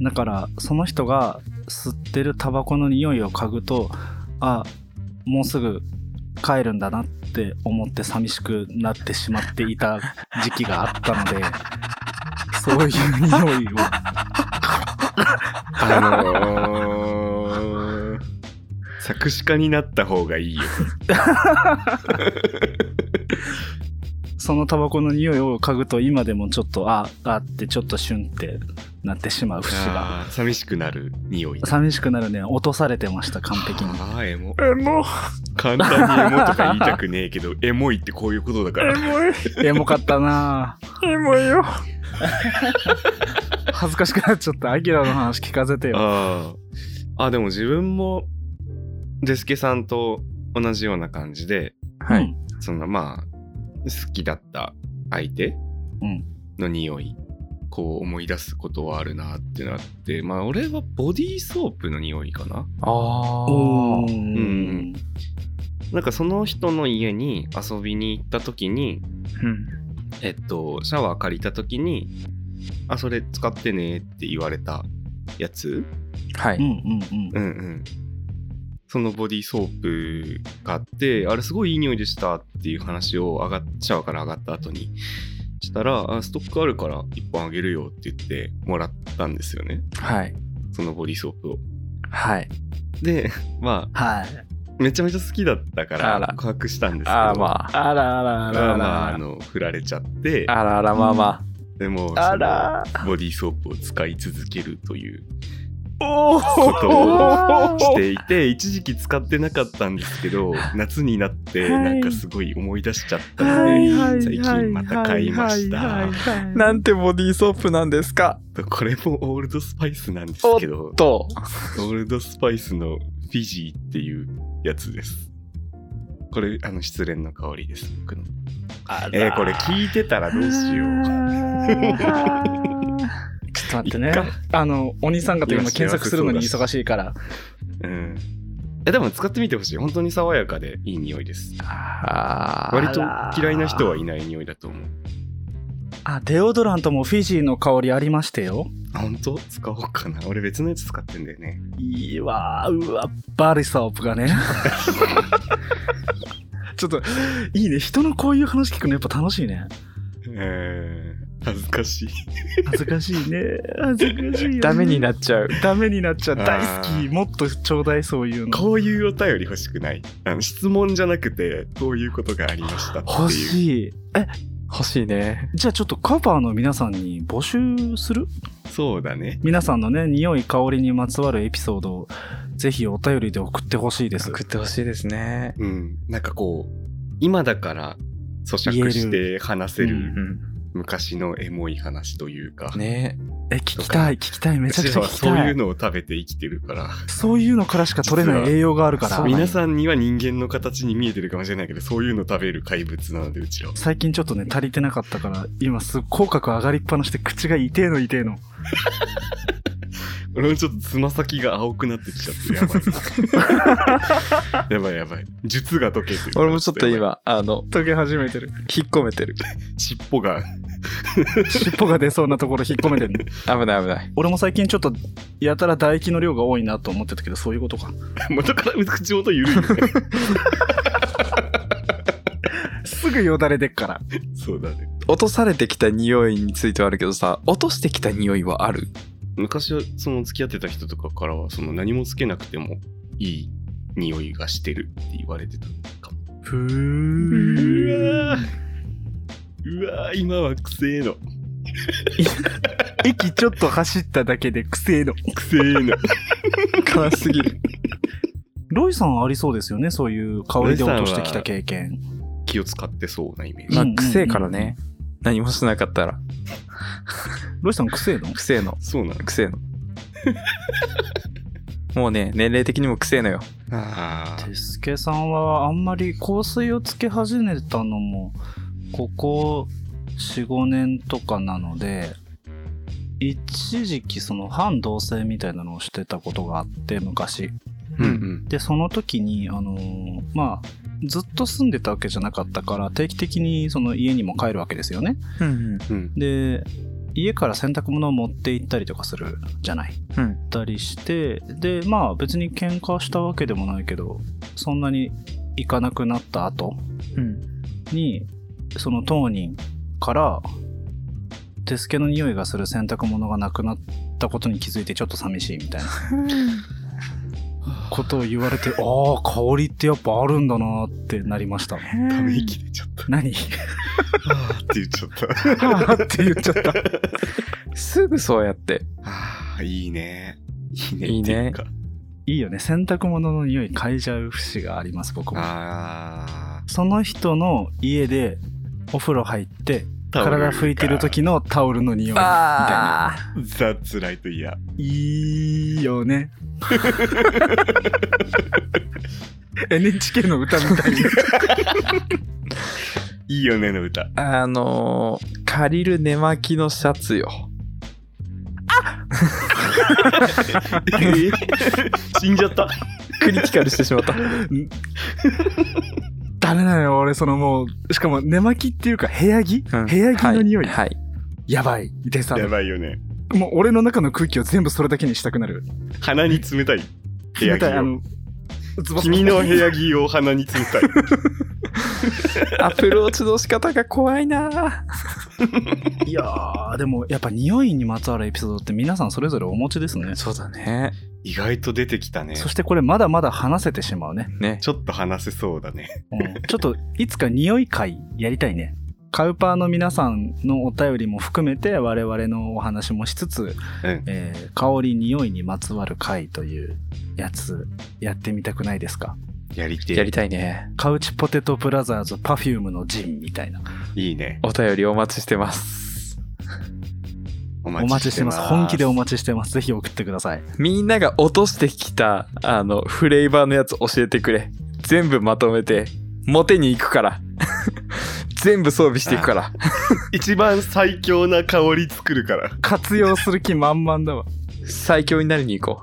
S2: だからその人が吸ってるタバコの匂いを嗅ぐとあもうすぐ帰るんだなって思って寂しくなってしまっていた時期があったの でそういう匂いを
S1: あのー、作詞家になった方がいいよ。
S2: そのタバコの匂いを嗅ぐと今でもちょっとああってちょっとシュンってなってしまう節が
S1: あー寂しくなる匂い。
S2: 寂しくなるね落とされてました完璧に
S1: ああ、エモ。
S3: エモ、
S1: 簡単にエモとか言いたくねえけど、 エモいってこういうことだから。
S3: モい、
S2: エモかったなぁ
S3: エモいよ。
S2: 恥ずかしくなっちゃった。アキラの話聞かせてよ。
S1: ああ。あ、でも自分も、デスケさんと同じような感じで、
S3: は
S2: う
S3: い。
S2: ん。
S1: そのまあ好きだった相手
S2: うん
S1: の匂い、こう思い出すことはあるなってなってまあ俺はボディーソープの匂いかな
S3: あ
S2: お
S3: ー
S1: んなんかその人の家に遊びに行った時に
S3: うん。
S1: えっとシャワー借りた時に「あそれ使ってね」って言われたやつ
S3: は
S2: うんう
S3: い。
S2: んうん
S1: うんうんそのボディーソープがあってあれすごいいい匂いでしたっていう話を上がっシャワーから上がった後にしたらあストックあるから1本あげるよって言ってもらったんですよね
S3: はい。
S1: そのボディーソープを
S3: はい。
S1: で ま
S2: はい。
S1: あめちゃめちゃ好きだったか
S3: あら
S1: ら告白したんですけど
S3: あーま
S2: あらあら
S1: あ
S2: あ
S1: ま
S2: ら
S1: あま
S2: あ
S1: あ
S2: ら
S1: あ
S2: あら。
S1: の振られちゃって
S3: あ。あらあら、まあま
S1: でもそ
S3: あ。
S1: のボディーソープを使い続けるという
S3: お
S1: こと
S3: ー
S1: をしていて一時期使ってなかったんですけ ど夏になって
S2: はい
S1: なんかすごい思い出しちゃったので、
S2: はいはい
S1: 最近また買いました
S2: はいはいはい
S3: なんてボディーソープなんですか
S1: これもオールドスパイスなんですけど
S3: と。
S1: オールドスパイスのフィジーっていうやつですこれあの失恋の香りです僕のえーこれ聞いてたらどうしよう
S2: ちょっと待ってね
S1: いっか。
S2: あの、お兄さん方今
S1: 今幸せ
S2: 検索するのに忙しいから。
S1: うんえでも使ってみてほしい本当に爽やかでいい匂いです
S3: あ
S1: 割と嫌いな人はいない匂いだと思う
S2: あ、デオドラントもフィジーの香りありましたよ。
S1: あ本当使おうかな俺別のやつ使ってんだよね
S2: いいわーうわバリソープがね ちょっといいね人のこういう話聞くのやっぱ楽しいね
S1: えー恥ずかしい。
S2: 恥ずかしいね恥ずかしいよね
S3: ダメになっちゃう。
S2: ダメになっちゃう
S1: あー
S2: 大好きもっとちょうだいそういうの
S1: こういうお便り欲しくない。あの質問じゃなくて、こういうことがありましたっていう。
S2: 欲しいえ
S3: 欲しいね。
S2: じゃあちょっとカバーの皆さんに募集する
S1: そうだね。
S2: 皆さんのね匂い香りにまつわるエピソードをぜひお便りで送ってほしいです
S3: 作ってほしいですね。
S1: うん。なんかこう、今だから咀嚼して話せ
S2: 言え
S1: る
S3: うん。
S1: 昔のエモい話というか。
S3: ね
S2: え聞きたい聞きたいめちゃくちゃ
S1: 私
S2: 聞
S1: は
S2: き
S1: そう
S2: た
S1: い
S2: いう
S1: のを食べて生きてるから。
S2: そういうのからしか取れない栄養があるから
S3: そうなんや
S1: 皆さんには人間の形に見えてるかもしれないけど、そういうの食べる怪物なので、うちらは。
S2: 最近ちょっとね足りてなかったから今すっ口角上がりっぱなしで口が痛えの痛えの
S1: 俺もちょっとつま先が青くなってきちゃって、やばい。 やばいやばい。術が解けてる。
S3: 俺もちょっと今、あの、
S2: 溶け始めてる
S3: 引っ込めてる。
S1: 尻尾が
S2: 尻尾が出そうなところ引っ込めてる、ね、
S3: 危ない危ない。
S2: 俺も最近ちょっとやたら唾液の量が多いなと思ってたけどそういうことか
S1: 元から口元緩いよね。
S2: すぐよだれでっから
S1: そうだね。
S3: 落とされてきた匂いについてはあるけどさ、落としてきた匂いはある
S1: 昔はその付き合ってた人とかからはその何もつけなくてもいい匂いがしてるって言われてたかも。
S2: ふ
S1: う
S2: ー
S1: わーうわー今はくせえの。
S2: 駅ちょっと走っただけでくせえの
S1: くせえの。
S3: 悲しすぎる。
S2: ロイさんありそうですよねそういう香りで落としてきた経験
S1: 気を使ってそうなイメージ。
S3: まあ
S2: うんうんうん、
S3: 癖からね。何もしなかったら、
S2: ロイさんくせえの
S3: 癖の。
S1: そうなの。
S3: 癖 の。もうね、年齢的にも癖のよ。
S1: ああ。
S2: てすけさんはあんまり香水をつけ始めたのもここ45年とかなので一時期その反同性みたいなのをしてたことがあって昔
S1: うんうん。
S2: でその時にあのーまあずっと住んでたわけじゃなかったから定期的にその家にも帰るわけですよね
S3: うん
S1: うん。
S2: で家から洗濯物を持って行ったりとかするじゃない
S3: うん。
S2: 行ったりしてでまあ別に喧嘩したわけでもないけどそんなに行かなくなった後
S3: うん。
S2: にその当人から手付けの匂いがする洗濯物がなくなったことに気づいてちょっと寂しいみたい なことを言われてああ香りってやっぱあるんだなってなりました
S1: ため息出ちゃった。
S2: 何
S1: ああって言っちゃった。
S2: はあって言っちゃった
S3: すぐそうやって。
S1: ああ、いいね。いいね。
S3: いいね
S1: ってうか
S2: いいよね洗濯物の匂い嗅いじゃう節があります僕も
S1: ああ。
S2: その人の家でお風呂入って
S1: タオル
S2: 体拭いてる時のタオルの匂いみたいな
S3: あ
S1: ザ・つらいと嫌。
S2: いいよね NHK の歌みたいに
S1: いいよねの歌。
S3: あのー、借りる寝巻きのシャツよ。
S1: 死んじゃった。
S3: クリティカルしてしまった。
S2: ダメなのよ俺そのもうしかも寝巻きっていうか部屋着、
S3: うん
S2: 部屋着の匂い、
S3: はい。
S2: やばいでさ
S1: やばいよね。
S2: もう俺の中の空気を全部それだけにしたくなる
S1: 鼻に冷 たい。部屋着
S2: 冷たいあ
S1: を。
S2: のズボズボ
S1: 君の部屋着を鼻に冷たい。
S3: はいアプローチの仕方が怖いなぁ
S2: いやーでもやっぱ匂いにまつわるエピソードって皆さんそれぞれお持ちですね
S3: そうだね。
S1: 意外と出てきたね。
S2: そしてこれまだまだ話せてしまうね、
S3: ね。
S1: ちょっと話せそうだね。
S2: うん、ちょっといつか匂い会やりたいねカウパーの皆さんのお便りも含めて我々のお話もしつつ、
S1: うん
S2: えー香り匂いにまつわる会というやつやってみたくないですか
S1: やりてえ
S3: やりたいね。
S2: カウチポテトブラザーズ Perfume のジンみたいない
S1: いね。
S3: お便りお待ちしてます。
S1: お
S2: お待ちしてます本気でお待ちしてますぜひ送ってください
S3: みんなが落としてきた、あの、フレーバーのやつ教えてくれ。全部まとめて、モテに行くから。 全部装備していくから。
S1: 一番最強な香り作るから。
S2: 活用する気満々だわ
S3: 最強になりに行こ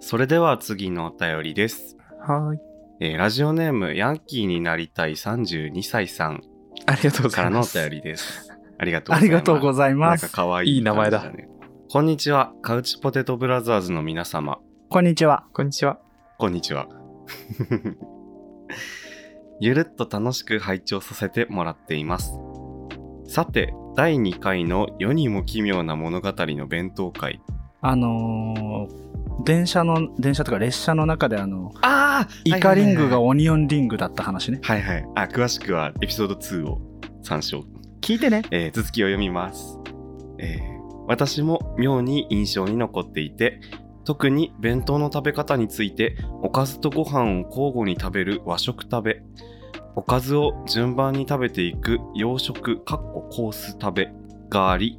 S1: それでは次のお便りです。
S3: う。はい。
S1: えーラジオネームヤンキーになりたい32歳さん
S3: ありがとうご
S1: か
S3: ざい
S1: らの
S3: ま
S1: お
S3: す。
S1: 便りです。ありがとうご
S2: あ
S1: ざいます。
S2: りがとうございま
S1: なん
S2: す
S1: か可愛い
S3: いい名前だ
S1: 感じね。こんにちは、カウチポテトブラザーズの皆様。
S2: こんにちは
S3: こんにちは。
S1: こんにちは。 ゆるっと楽しく拝聴させてもらっています。さて、第2回の世にも奇妙な物語の弁当会。
S2: あのー電車の電車とか列車の中であの
S1: ああ
S2: イカリングがオニオンリングだった話ね
S1: はいはい。あ、詳しくはエピソード2を参照。
S2: 聞いてね
S1: えー続きを読みます、えー私も妙に印象に残っていて特に弁当の食べ方についておかずとご飯を交互に食べる和食食べおかずを順番に食べていく洋食かっこコース食べがあり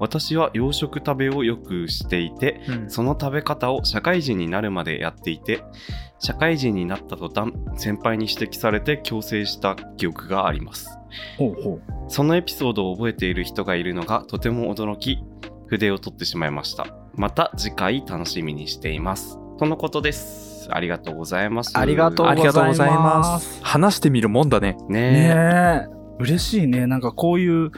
S1: 私は洋食食べをよくしていて
S3: うん
S1: その食べ方を社会人になるまでやっていて社会人になった途端先輩に指摘されて強制した記憶があります
S2: ほうほう
S1: そのエピソードを覚えている人がいるのがとても驚き、筆を取ってしまいました。また次回楽しみにしています。とのことです。ありがとうございます。
S2: ありがとう
S3: ありがとうござい
S2: ありがとうございま
S3: ます。話してみるもんだね。
S1: ねえ。
S2: ねえ嬉しいね。なんかこういう、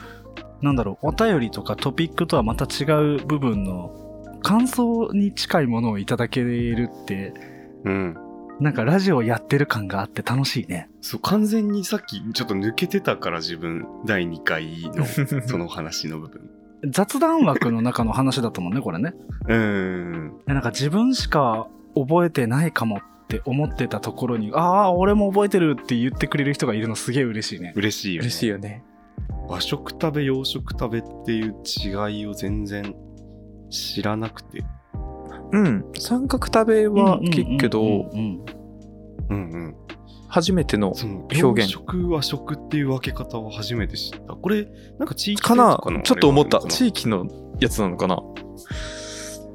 S2: なんだろう、お便りとかトピックとはまた違う部分の感想に近いものをいただけるって、
S1: うん。
S2: なんかラジオやってる感があって楽しいね。
S1: そう、完全にさっきちょっと抜けてたから自分、第2回 のその話の部分。
S2: 雑談枠の中の話だったもんね、これね。
S1: うーん。
S2: えなんか自分しか覚えてないかもって思ってたところに、ああ、俺も覚えてるって言ってくれる人がいるのすげえ嬉しいね。
S1: 嬉しいよね。
S3: 嬉しいよね。
S1: 和食食べ、洋食食べっていう違いを全然知らなくて。
S3: うん。三角食べは聞くけ
S2: うん
S3: ど、
S2: うんうんうん
S1: うんうん。
S3: 初めての、
S1: その
S3: 表現
S1: 洋食和食っていう分け方を初めて知った。これ、なんか地域
S3: か
S1: 性
S3: な
S1: とかの
S3: ちょっと思った。
S1: あれがあるのか
S3: 地域のやつなのかな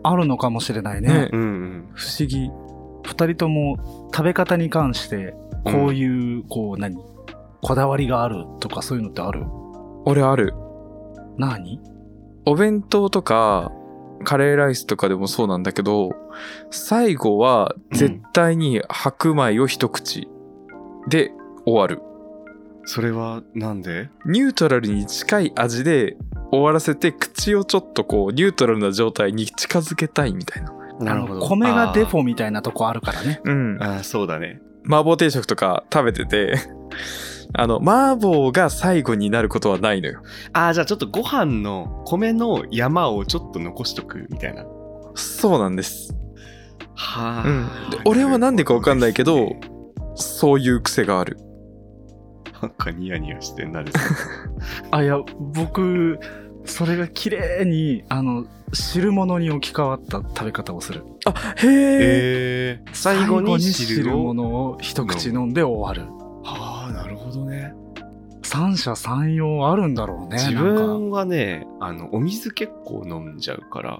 S2: あるのかもしれないね
S3: ね。
S1: なうん
S3: 不思議。
S2: 二人とも食べ方に関して
S1: うん。
S2: こういうこう何こだわりがあるとかそういうのってある
S3: 俺ある。
S2: 何
S3: お弁当とか、カレーライスとかでもそうなんだけど、最後は絶対に白米を一口で終わる。
S1: それはなんで
S3: ニュートラルに近い味で終わらせて、口をちょっとこう、ニュートラルな状態に近づけたいみたいな。
S1: なるほ
S2: あ
S1: ど。
S2: の米がデフ
S1: ォ。
S2: ォみたいなとこあるからね
S3: うん。
S1: あーそうだね。
S3: 麻婆定食とか食べてて あの麻婆が最後になることはないのよ
S1: ああ、じゃあちょっとご飯の米の山をちょっと残しとくみたいな。
S3: そうなんです
S1: は
S3: うんで俺はなんでかわかんないけど
S1: ですね
S3: そういう癖がある
S1: なんかニヤニヤしてんなる。
S2: あいや僕それが綺麗にあの汁物に置き換わった食べ方をする
S3: あ へえ
S1: えー、最後に汁を。
S2: 物を一口飲んで終わる
S1: はあ、なるほどね。
S2: 三者三様あるんだろうね
S1: 自
S2: なんか
S1: 分はね、あの、お水結構飲んじゃうから、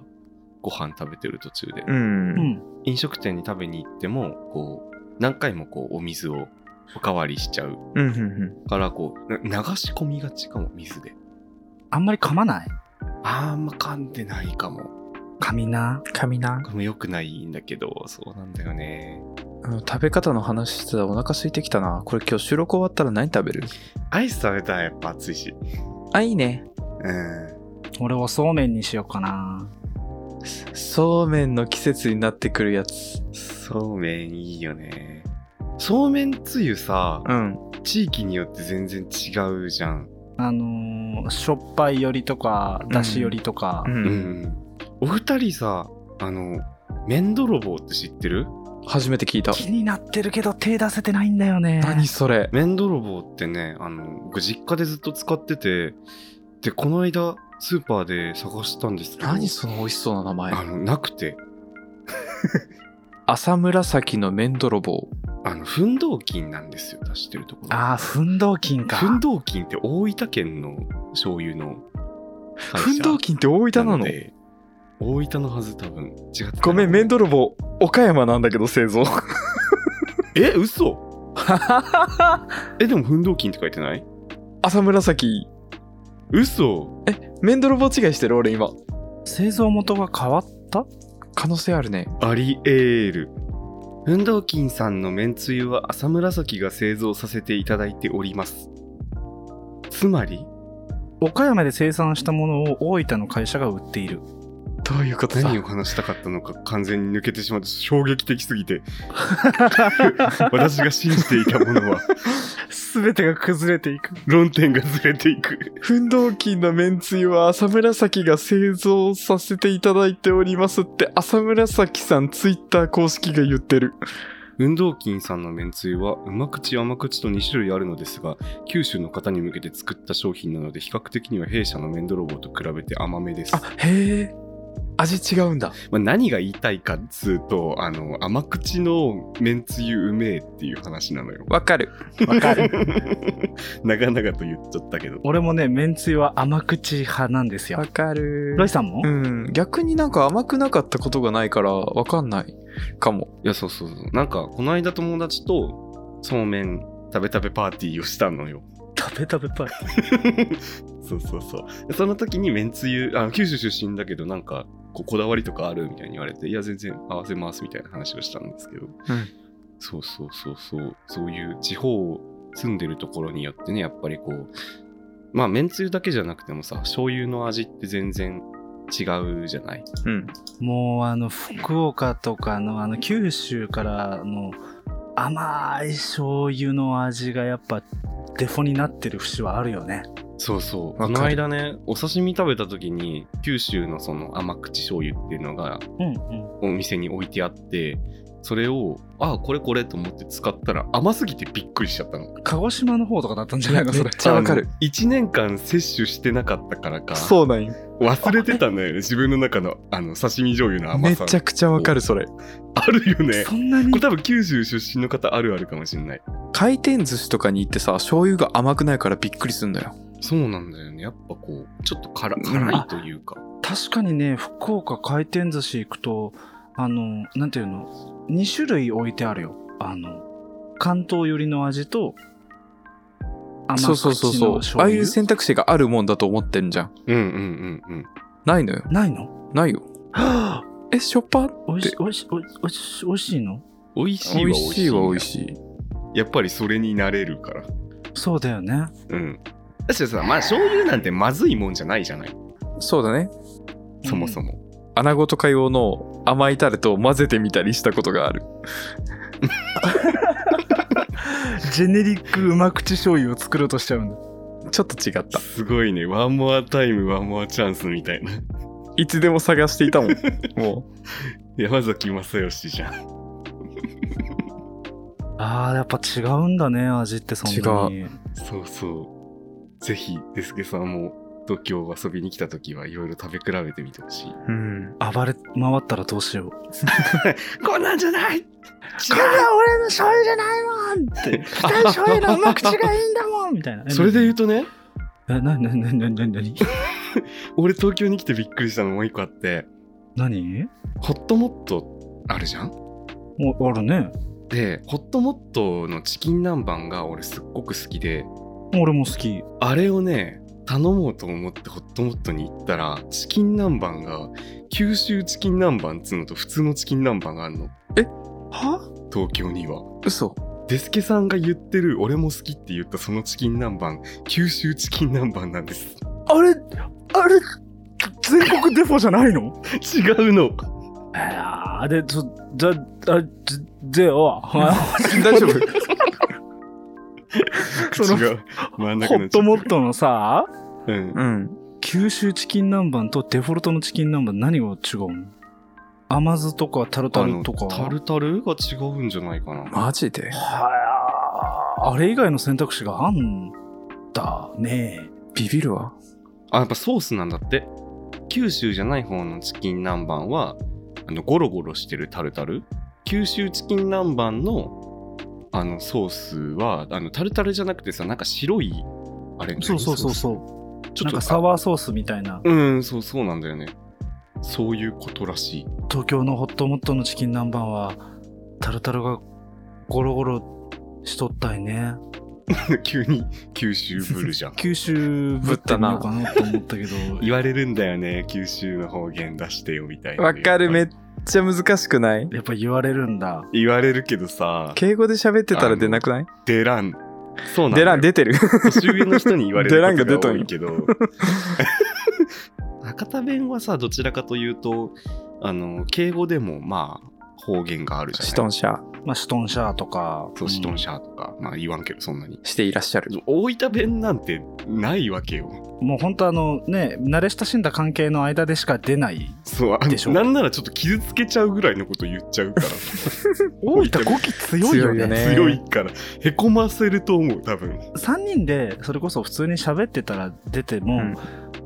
S1: ご飯食べてる途中で。
S3: うん、
S2: うん
S1: 飲食店に食べに行っても、こう、何回もこう、お水をおかわりしちゃう
S3: うんうんうん
S1: から、こう、な流し込みがちかも、水で。
S2: あんまり噛まない
S1: あんま噛んでないかも。
S2: 噛みな
S3: 神な
S1: これも良くないんだけど、そうなんだよね。
S3: うん食べ方の話してたらお腹空いてきたなこれ今日収録終わったら何食べる
S1: アイス食べたらやっぱ暑いし。
S3: あいいね
S1: うん。
S2: 俺はそうめんにしようかな
S3: そうめんの季節になってくるやつ
S1: そうめんいいよね。そうめんつゆさ、
S3: うん
S1: 地域によって全然違うじゃん。
S2: あのーしょっぱいよりとかだしよりとか、
S3: うん、
S1: うん。お二人さ、あの、麺泥棒って知ってる
S3: 初めて聞いた
S2: 気になってるけど手出せてないんだよね
S3: 何それ
S1: 麺泥棒ってね、あの、僕実家でずっと使ってて、で、この間、スーパーで探したんですけど、
S3: 何その美味しそうな名前
S1: あの、なくて、
S3: 朝紫の麺泥棒
S1: あの、奮闘金なんですよ、出してるところ。
S2: ああ奮闘金か
S1: 奮闘金って大分県の醤油の
S3: 奮闘金って大分なの
S1: で大分のはず多分違ってた
S3: ごめん、麺泥棒、岡山なんだけど、製造。
S1: え嘘 えでも奮闘金って書いてない
S3: 朝紫。
S1: 嘘
S3: 麺泥棒違いしてる、俺今。
S2: 製造元が変わった
S3: 可能性あるね。
S1: ありえーる奮闘金さんの麺つゆは朝紫が製造させていただいておりますつまり
S2: 岡山で生産したものを大分の会社が売っている
S3: どういうことだ
S1: 何を話したかったのか完全に抜けてしまって衝撃的すぎて 私が信じていたものは
S2: 全てが崩れていく
S1: 論点がずれていく
S3: 奮闘金の麺つゆは朝紫が製造させていただいておりますって、朝紫さんツイッター公式が言ってる。
S1: 運動筋さんのめんつゆはうま口甘口と2種類あるのですが九州の方に向けて作った商品なので比較的には弊社の麺泥棒と比べて甘めです、ま、
S3: へえ。味違うんだ。
S1: あ、何が言いたいかっつうとあの甘口のめんつゆうめえっていう話なのよ
S3: わかる。
S2: わ かる
S1: 長々と言っちゃったけど
S2: 俺もねめんつゆは甘口派なんですよ
S3: かる
S2: ロイさんも、
S3: うん。逆になんか甘くなかったことがないから、わかんないかも。
S1: いやそうそうそうなんかこの間友達とそうめん食べ食べパーティーをしたのよ
S2: 食べ食べパイ
S1: そうそうそうその時にめんつゆあの九州出身だけどなんかこうこだわりとかあるみたいに言われていや全然合わせますみたいな話をしたんですけどそうそうそうそう、そういう地方住んでるところによってねやっぱりこうまあめんつゆだけじゃなくてもさ醤油の味って全然違うじゃない
S3: うん。
S2: もうあの福岡とかのあの九州からの甘い醤油の味がやっぱデフォになってる節はあるよね。
S1: そうそう
S3: わ
S1: こ
S3: かる
S1: の間ねお刺身食べた時に九州のその甘口醤油っていうのが
S2: うんうん。
S1: お店に置いてあってそれをあこれこれと思って使ったら甘すぎてびっくりしちゃったの
S2: 鹿児島の方とかだったんじゃないのそれ
S3: めっ。ちゃわか
S1: あ
S3: る
S1: の1年間摂取してなかったからか
S3: そうなんよ。
S1: 忘れてたん だよね自分の中のあの刺身醤油の甘
S3: め
S1: さ
S3: ちゃくちゃわかる、それ。
S1: あるよね
S2: そんなに
S1: これ多分九州出身の方あるあるかもしれない
S3: 回転寿司とかに行ってさ、醤油が甘くないからびっくりすんだよ。
S1: そうなんだよねやっぱこうちょっと辛
S3: うん
S1: 辛いというか、
S2: 確かにね福岡回転寿司行くとあのなんていうの2種類置いてあるよあの関東寄りの味と甘口
S3: そ
S2: の
S3: うそうそうそう。
S2: 醤油
S3: ああいう選択肢があるもんだと思ってんじゃん。
S1: うんうんうんうん
S3: ないのよ。
S2: ないの
S3: ないよ。 え、しょっぱ
S2: おいしおいしおいしおいしおいしいの
S1: 美味しい
S3: 美
S1: は美
S3: 味
S1: 味し
S3: し
S1: い
S3: いは美
S1: 美
S3: 味
S1: 味しい
S3: しい。
S1: やっぱりそれになれるから
S2: そうだよね
S1: うんだってさまあ醤油なんてまずいもんじゃないじゃない
S3: そうだね。
S1: そもそも、
S3: 穴子とか用の甘いタレと混ぜてみたりしたことがある。
S2: ジェネリックうま口醤油を作ろうとしちゃうんだ
S3: ちょっと違った。
S1: すごいねワンモアタイムワンモアチャンスみたいない
S3: つでも探していたも ん。も。
S1: 山崎正義じゃん
S2: あーやっぱ違うんだね味ってそんなに違う
S1: そうそうぜひデスケさんも東京遊びに来た時はいろいろ食べ比べてみてほしいう
S3: うん。
S2: 暴れ回ったらどうしよう
S1: こんなんじゃない違う
S2: 俺の醤油じゃないもんって期待醤油のうま口がいいんだもんみたいな
S1: それで言うとね
S2: え、なになになになになになに
S1: 俺東京に来てびっくりしたのもう一個あって
S2: 何
S1: ホットモットあるじゃん
S2: おあるね。
S1: でホットモットのチキン南蛮が俺すっごく好きで
S2: 俺も好き。
S1: あれをね頼もうと思ってホットモットに行ったらチキン南蛮が九州チキン南蛮っつうのと普通のチキン南蛮があるの
S2: は
S1: 東京には
S3: 嘘。
S1: デスケさんが言ってる俺も好きって言ったそのチキン南蛮九州チキン南蛮なんです
S2: あれ、あれ、全国デフォじゃないの
S1: 違うの
S2: えー、で、ちょ、だ、だ、で、 お、
S3: 大 丈夫
S2: その
S1: 違う真ん中
S2: ホ
S1: の
S2: ットモットのさ、
S1: うん
S3: うん。
S2: 九州チキン南蛮とデフォルトのチキン南蛮何が違うの甘酢とかタルタ
S1: あ
S2: ル
S1: の
S2: とか。
S1: タルタルが違うんじゃないかな
S3: マジで
S2: はやーあれ以外の選択肢があんだね。
S3: ビビるわ。
S1: あやっぱソースなんだって九州じゃない方のチキン南蛮はあのゴロゴロしてるタルタル九州チキン南蛮のあのソースはあのタルタルじゃなくてさなんか白いあれ
S2: そうそうそうそう。
S1: うちょ
S2: な
S1: っ
S2: ん
S1: と
S2: かサワーソースみたいな
S1: うんそうそうなんだよねそういうことらしい
S2: 東京のホットモットのチキン南蛮はタルタルがゴロゴロしとったいね
S1: 急に九州ブルじゃ ん
S2: 九州ぶってみようかなと思ったけど
S1: 言われるんだよね九州の方言出してよみたいな
S3: わかる、め
S1: や
S3: っ
S1: ぱ
S3: ちゃ難しくない
S2: やっぱ言われるんだ
S1: 言われるけどさ
S3: 敬語で喋ってたら出なくない
S1: 出らんそうなんだ
S3: 出
S1: よ
S3: らん、出て る。
S1: 年上の人に言われる
S3: 出らんが出
S1: こと
S3: と
S1: が
S3: ん
S1: 多
S3: よ
S1: いけど博多弁はさどちらかというとあの敬語でもまあ方言があるじゃない
S3: シトンシャー
S2: まあシトンシャーとか
S1: そうシトンシャ
S2: ャ
S1: ーとか、まあ言わんけどそんなに
S3: していらっしゃる。
S1: 大分弁なんてないわけよ
S2: ーもう本当あのね慣れ親しんだ関係の間でしか出ない
S1: そうあ
S2: でしょ
S1: のなんならちょっと傷つけちゃうぐらいのこと言っちゃうから
S2: 大分語気強い
S3: 強
S2: よね
S3: いよね
S1: 強いからへこませると思う多分
S2: 3人でそれこそ普通に喋ってたら出て
S3: う
S2: も、
S3: ん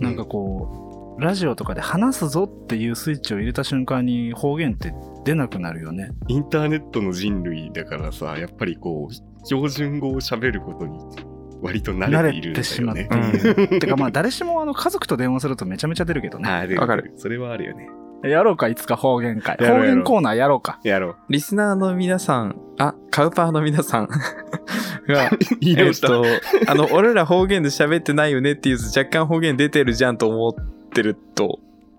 S2: なんかこうラジオとかで話すぞっていうスイッチを入れた瞬間に方言って出なくなるよね
S1: インターネットの人類だからさやっぱりこう標準語を喋ることに割と慣れているんだよね
S3: 慣れてしまっ
S2: うんてかまあ誰しもあの家族と電話するとめちゃめちゃ出るけどね。
S1: ある
S3: わかる
S1: それはあるよね
S2: やろうかいつか方言会。
S1: やろう
S2: 方言コーナーやろうか。
S1: やろう
S3: リスナーの皆さん、あ、カウパーの皆 さんが、
S1: 言 い
S3: え
S1: 直
S3: っ
S1: した、
S3: と、あの、俺ら方言で喋ってないよねっていうと若干方言出てるじゃんと思ってると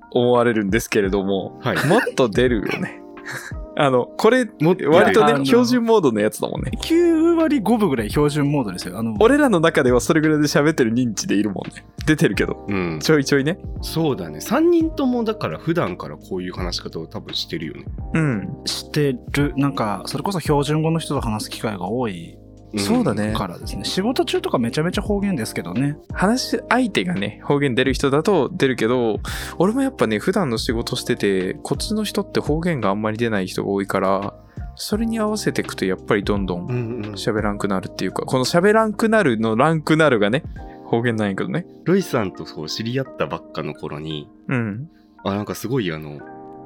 S3: 思われるんですけれども、
S1: はい
S3: もっと出るよね。 あの、これ、
S1: 持ってる
S3: 割と
S2: あの
S3: ね、標準モードのやつだもんね。
S2: 9割5分ぐらい標準モードですよ。あの、
S3: 俺らの中ではそれぐらいで喋ってる認知でいるもんね。出てるけど、
S1: うん、
S3: ちょいちょいね。
S1: そうだね3人ともだから普段からこういう話し方を多分してるよね、
S3: うん。
S2: してる、なんか、それこそ標準語の人と話す機会が多い
S1: ん
S3: そうだね。
S2: からですね。仕事中とかめちゃめちゃ方言ですけどね。
S3: 話し相手がね、方言出る人だと出るけど、俺もやっぱね、普段の仕事してて、こっちの人って方言があんまり出ない人が多いから、それに合わせていくとやっぱりどんど
S1: う
S3: ん
S1: んうん
S3: 喋らんくなるっていうか、この喋らんくなるのランクなるがね、方言なんやけどね。
S1: ロイさんとそう知り合ったばっかの頃に
S3: うん。
S1: あなんかすごいあの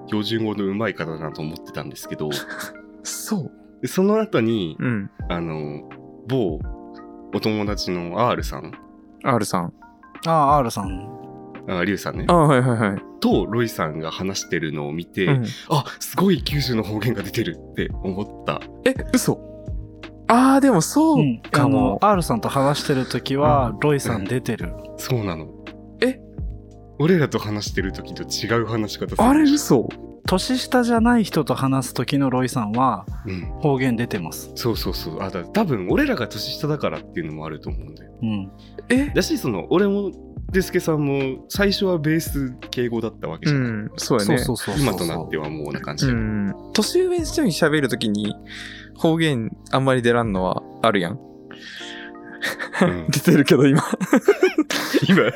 S1: 標準語の上手い方だなと思ってたんですけ ど
S3: そう。
S1: でその後に
S3: うん。
S1: あの某お友達の R さん
S3: R さん。
S2: ああ、R さん。。
S1: あリュウさんね
S3: あはいはいはい。
S1: とロイさんが話してるのを見て、
S3: うん
S1: あすごい九州の方言が出てるって思った
S3: え、嘘ああ、でもそううんか
S2: の
S3: も。、
S2: R さんと話してる時は、ロイさん出てる。
S1: そうなの
S3: え
S1: 俺らと話してる時と違う話し方する
S3: あれ嘘
S2: 年下じゃない人と話す時のロイさんは、
S1: うん
S2: 方言出てます。
S1: そうそうそうあだ多分俺らが年下だからっていうのもあると思うんだよ
S2: うん。
S3: え
S1: だしその俺もデスケさんも最初はベース敬語だったわけ
S3: う
S1: じゃん、
S3: ん、そうや
S2: そう
S3: ね。
S2: そうそうそう。
S1: 今となってはもうな感じだ
S3: う
S1: よね
S3: ん。年上の人に喋るときに方言あんまり出らんのはあるやん。
S1: うん
S3: 出てるけど今。
S1: 今今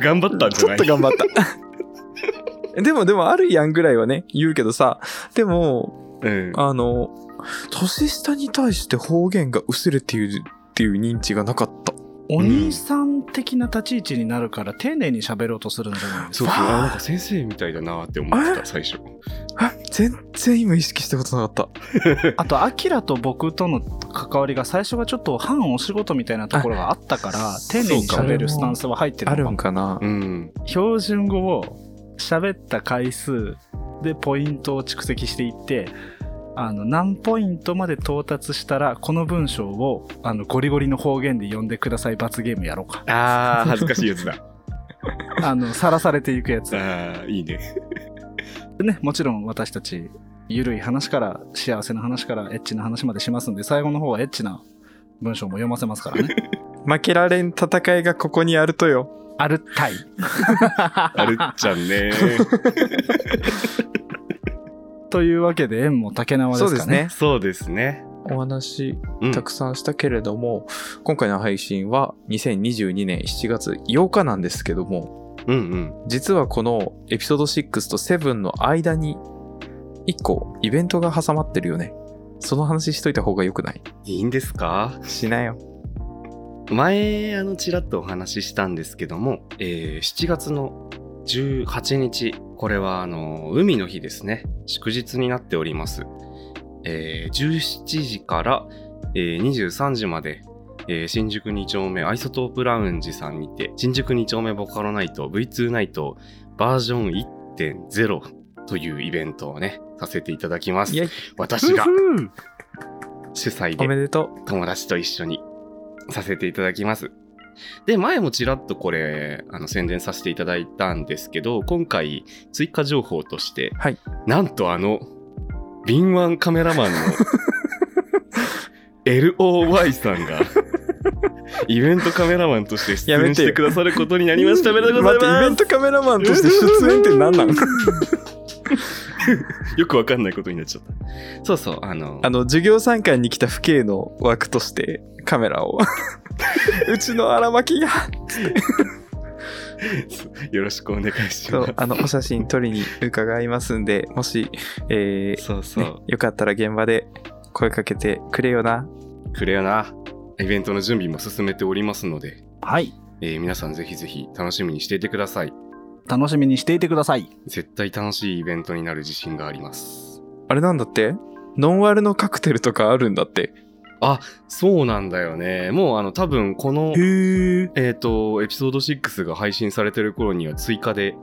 S1: 頑張ったんじ
S3: ち
S1: ゃ
S3: ょ
S1: な
S3: っ
S1: い
S3: と頑 張った。でもでもあるやんぐらいはね、言うけどさ、でも、
S1: うん、
S3: あの、年下に対して方言が薄れているっていう認知がなかった。
S2: お兄さん的な立ち位置になるから、丁寧に喋ろうとするんじゃないです
S1: そ
S2: か。
S1: うそうあなんか先生みたいだなって思って
S3: あ
S1: た最初
S3: え全然今意識したことなかっ
S2: あと、アキラと僕との関わりが最初はちょっと半お仕事みたいなところがあったから
S3: あ、
S2: 丁寧に
S1: そうか
S2: 喋るスタンスは入っ
S3: た。
S2: てる
S3: あ
S2: の
S3: る
S2: か
S3: ん
S2: も
S3: かな
S1: うん
S2: 標準語を喋った回数でポイントを蓄積していって、あの、何ポイントまで到達したら、この文章を、あの、ゴリゴリの方言で読んでください罰ゲームやろうか。
S1: あ ー恥ずかしいやつだ
S2: あの、さらされていくやつ。
S1: あーいいね
S2: ね、もちろん私たち、ゆるい話から、幸せな話から、エッチな話までしますんで、最後の方はエッチな文章も読ませますから ね。
S3: 負けられん戦いがここにあるとよ。
S2: あるたい。
S1: あるっちゃん ね
S2: というわけで、縁も竹縄です
S3: そ
S2: かね。
S3: うですね
S1: そうですね
S3: お話
S1: うん
S3: たくさんしたけれども、今回の配信は2022年7月8日なんですけども
S1: うんうん
S3: 実はこのエピソード6と7の間に1個イベントが挟まってるよねその話しといた方がよくない
S1: いいんですか
S3: しなよ
S1: 前あのちらっとお話ししたんですけども、えー7月の18日これはあの海の日ですね祝日になっております、えー17時から、えー23時まで、えー新宿2丁目アイソトープラウンジさんにて新宿2丁目ボカロナイト V2 ナイトバージョン1.0というイベントをねさせていただきます
S3: イエイ
S1: 私が
S2: ふうふう
S1: 主催
S3: お
S1: で
S3: めでと
S1: 友達と一緒にさせていただきます。で、前もちらっとこれ、あの宣伝させていただいたんですけど、今回追加情報として、
S3: はい
S1: なんとあの、敏腕カメラマンの LOY さんが、イベントカメラマンとして出
S3: やめ
S1: 演
S3: て
S1: し
S3: よ
S1: てくださることになりました。おめでとうござい
S3: 待ってイベ
S1: ま
S3: ントカメラマンとして出演って何なの
S1: す。よくわかんないことになっちゃった。そうそう、あの、
S3: あの授業参観に来た父兄の枠としてカメ ラをうちの荒巻 が
S1: よろしくお願いしま
S3: そう
S1: す。
S3: あのお写真撮りに伺いますんでもし、えー
S1: そうそ
S3: ね
S1: う、
S3: よかったら現場で声かけてくれよな。
S1: クレアなイベントの準備も進めておりますので、
S2: はい。
S1: えー皆さんぜひぜひ楽しみにしていてください
S2: 楽しみにしていてください。
S1: 絶対楽しいイベントになる自信があります
S3: あれなんだってノンアルのカクテルとかあるんだって。
S1: そうなんだよねもうあの多分この
S2: へえ。
S1: えっ、とエピソード6が配信されてる頃には追加で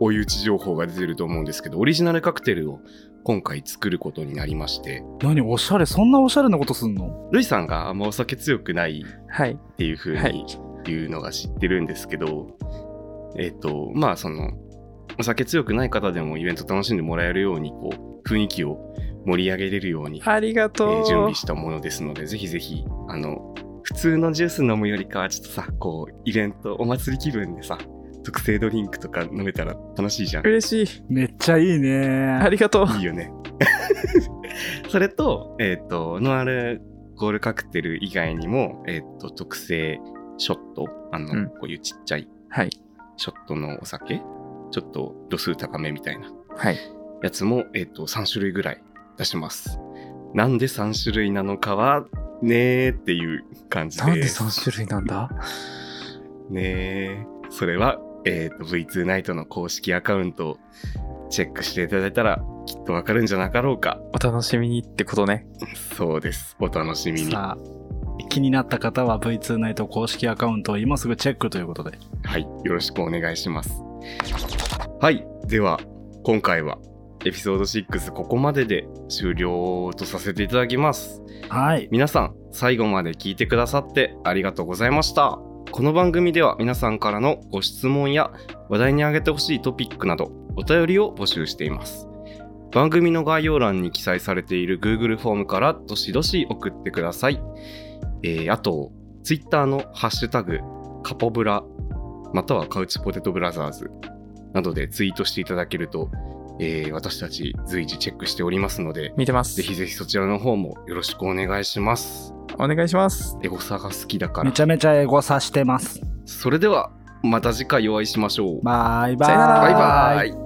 S1: 追い打ち情報が出てると思うんですけどオリジナルカクテルを今回作ることになりまして
S2: 何おしゃれ、そんなおしゃれなことすんの
S1: ルイさんがあんまお酒強くない
S3: はい。
S1: っていう風
S3: は
S1: に
S3: い
S1: 言うのが知ってるんですけど、えっ、とまあそのお酒強くない方でもイベント楽しんでもらえるようにこう雰囲気を盛り上げれるように、
S3: ありが
S1: え
S3: とう。
S1: ー準備したものですので、ぜひぜひ、あの、普通のジュース飲むよりかは、ちょっとさ、こう、イベント、お祭り気分でさ、特製ドリンクとか飲めたら楽しいじゃん。
S3: 嬉しい。
S2: めっちゃいいね
S3: ありがとう。
S1: いいよね。 それと、えっ、と、ノンアルコールカクテル以外にも、えっ、と、特製ショット、あの、
S3: うん
S1: こういうちっちゃい
S3: はい。
S1: ショットのお酒、ちょっと度数高めみたいな
S3: はい。
S1: やつも、えっ、と、3種類ぐらい出します。なんで3種類なのかは、ねーっていう感じで。
S3: なんで3種類なんだ
S1: ねえ。それは、えっ、と、V2 ナイトの公式アカウントをチェックしていただいたら、きっとわかるんじゃなかろうか。
S3: お楽しみにってことね。
S1: そうです。お楽しみに。
S2: さあ気になった方は V2 ナイト公式アカウントを今すぐチェックということで
S1: はい、よろしくお願いします。はい、では今回はエピソード6ここまでで終了とさせていただきます。
S2: はい
S1: 皆さん最後まで聞いてくださってありがとうございました。この番組では皆さんからのご質問や話題に挙げてほしいトピックなどお便りを募集しています。番組の概要欄に記載されている Google フォームからどしどし送ってください。えーあと、Twitter のハッシュタグカポブラまたはカウチポテトブラザーズなどでツイートしていただけると、えー私たち随時チェックしておりますので、
S3: 見てます。
S1: ぜひぜひそちらの方もよろしくお願いします。
S3: お願いします。
S1: エゴサが好きだか
S2: め
S1: ら
S2: ち。ゃめちゃエゴさしてます
S1: それではまた次回お会いしましょう。
S2: バイバイ
S3: さよなら
S1: バイバイ。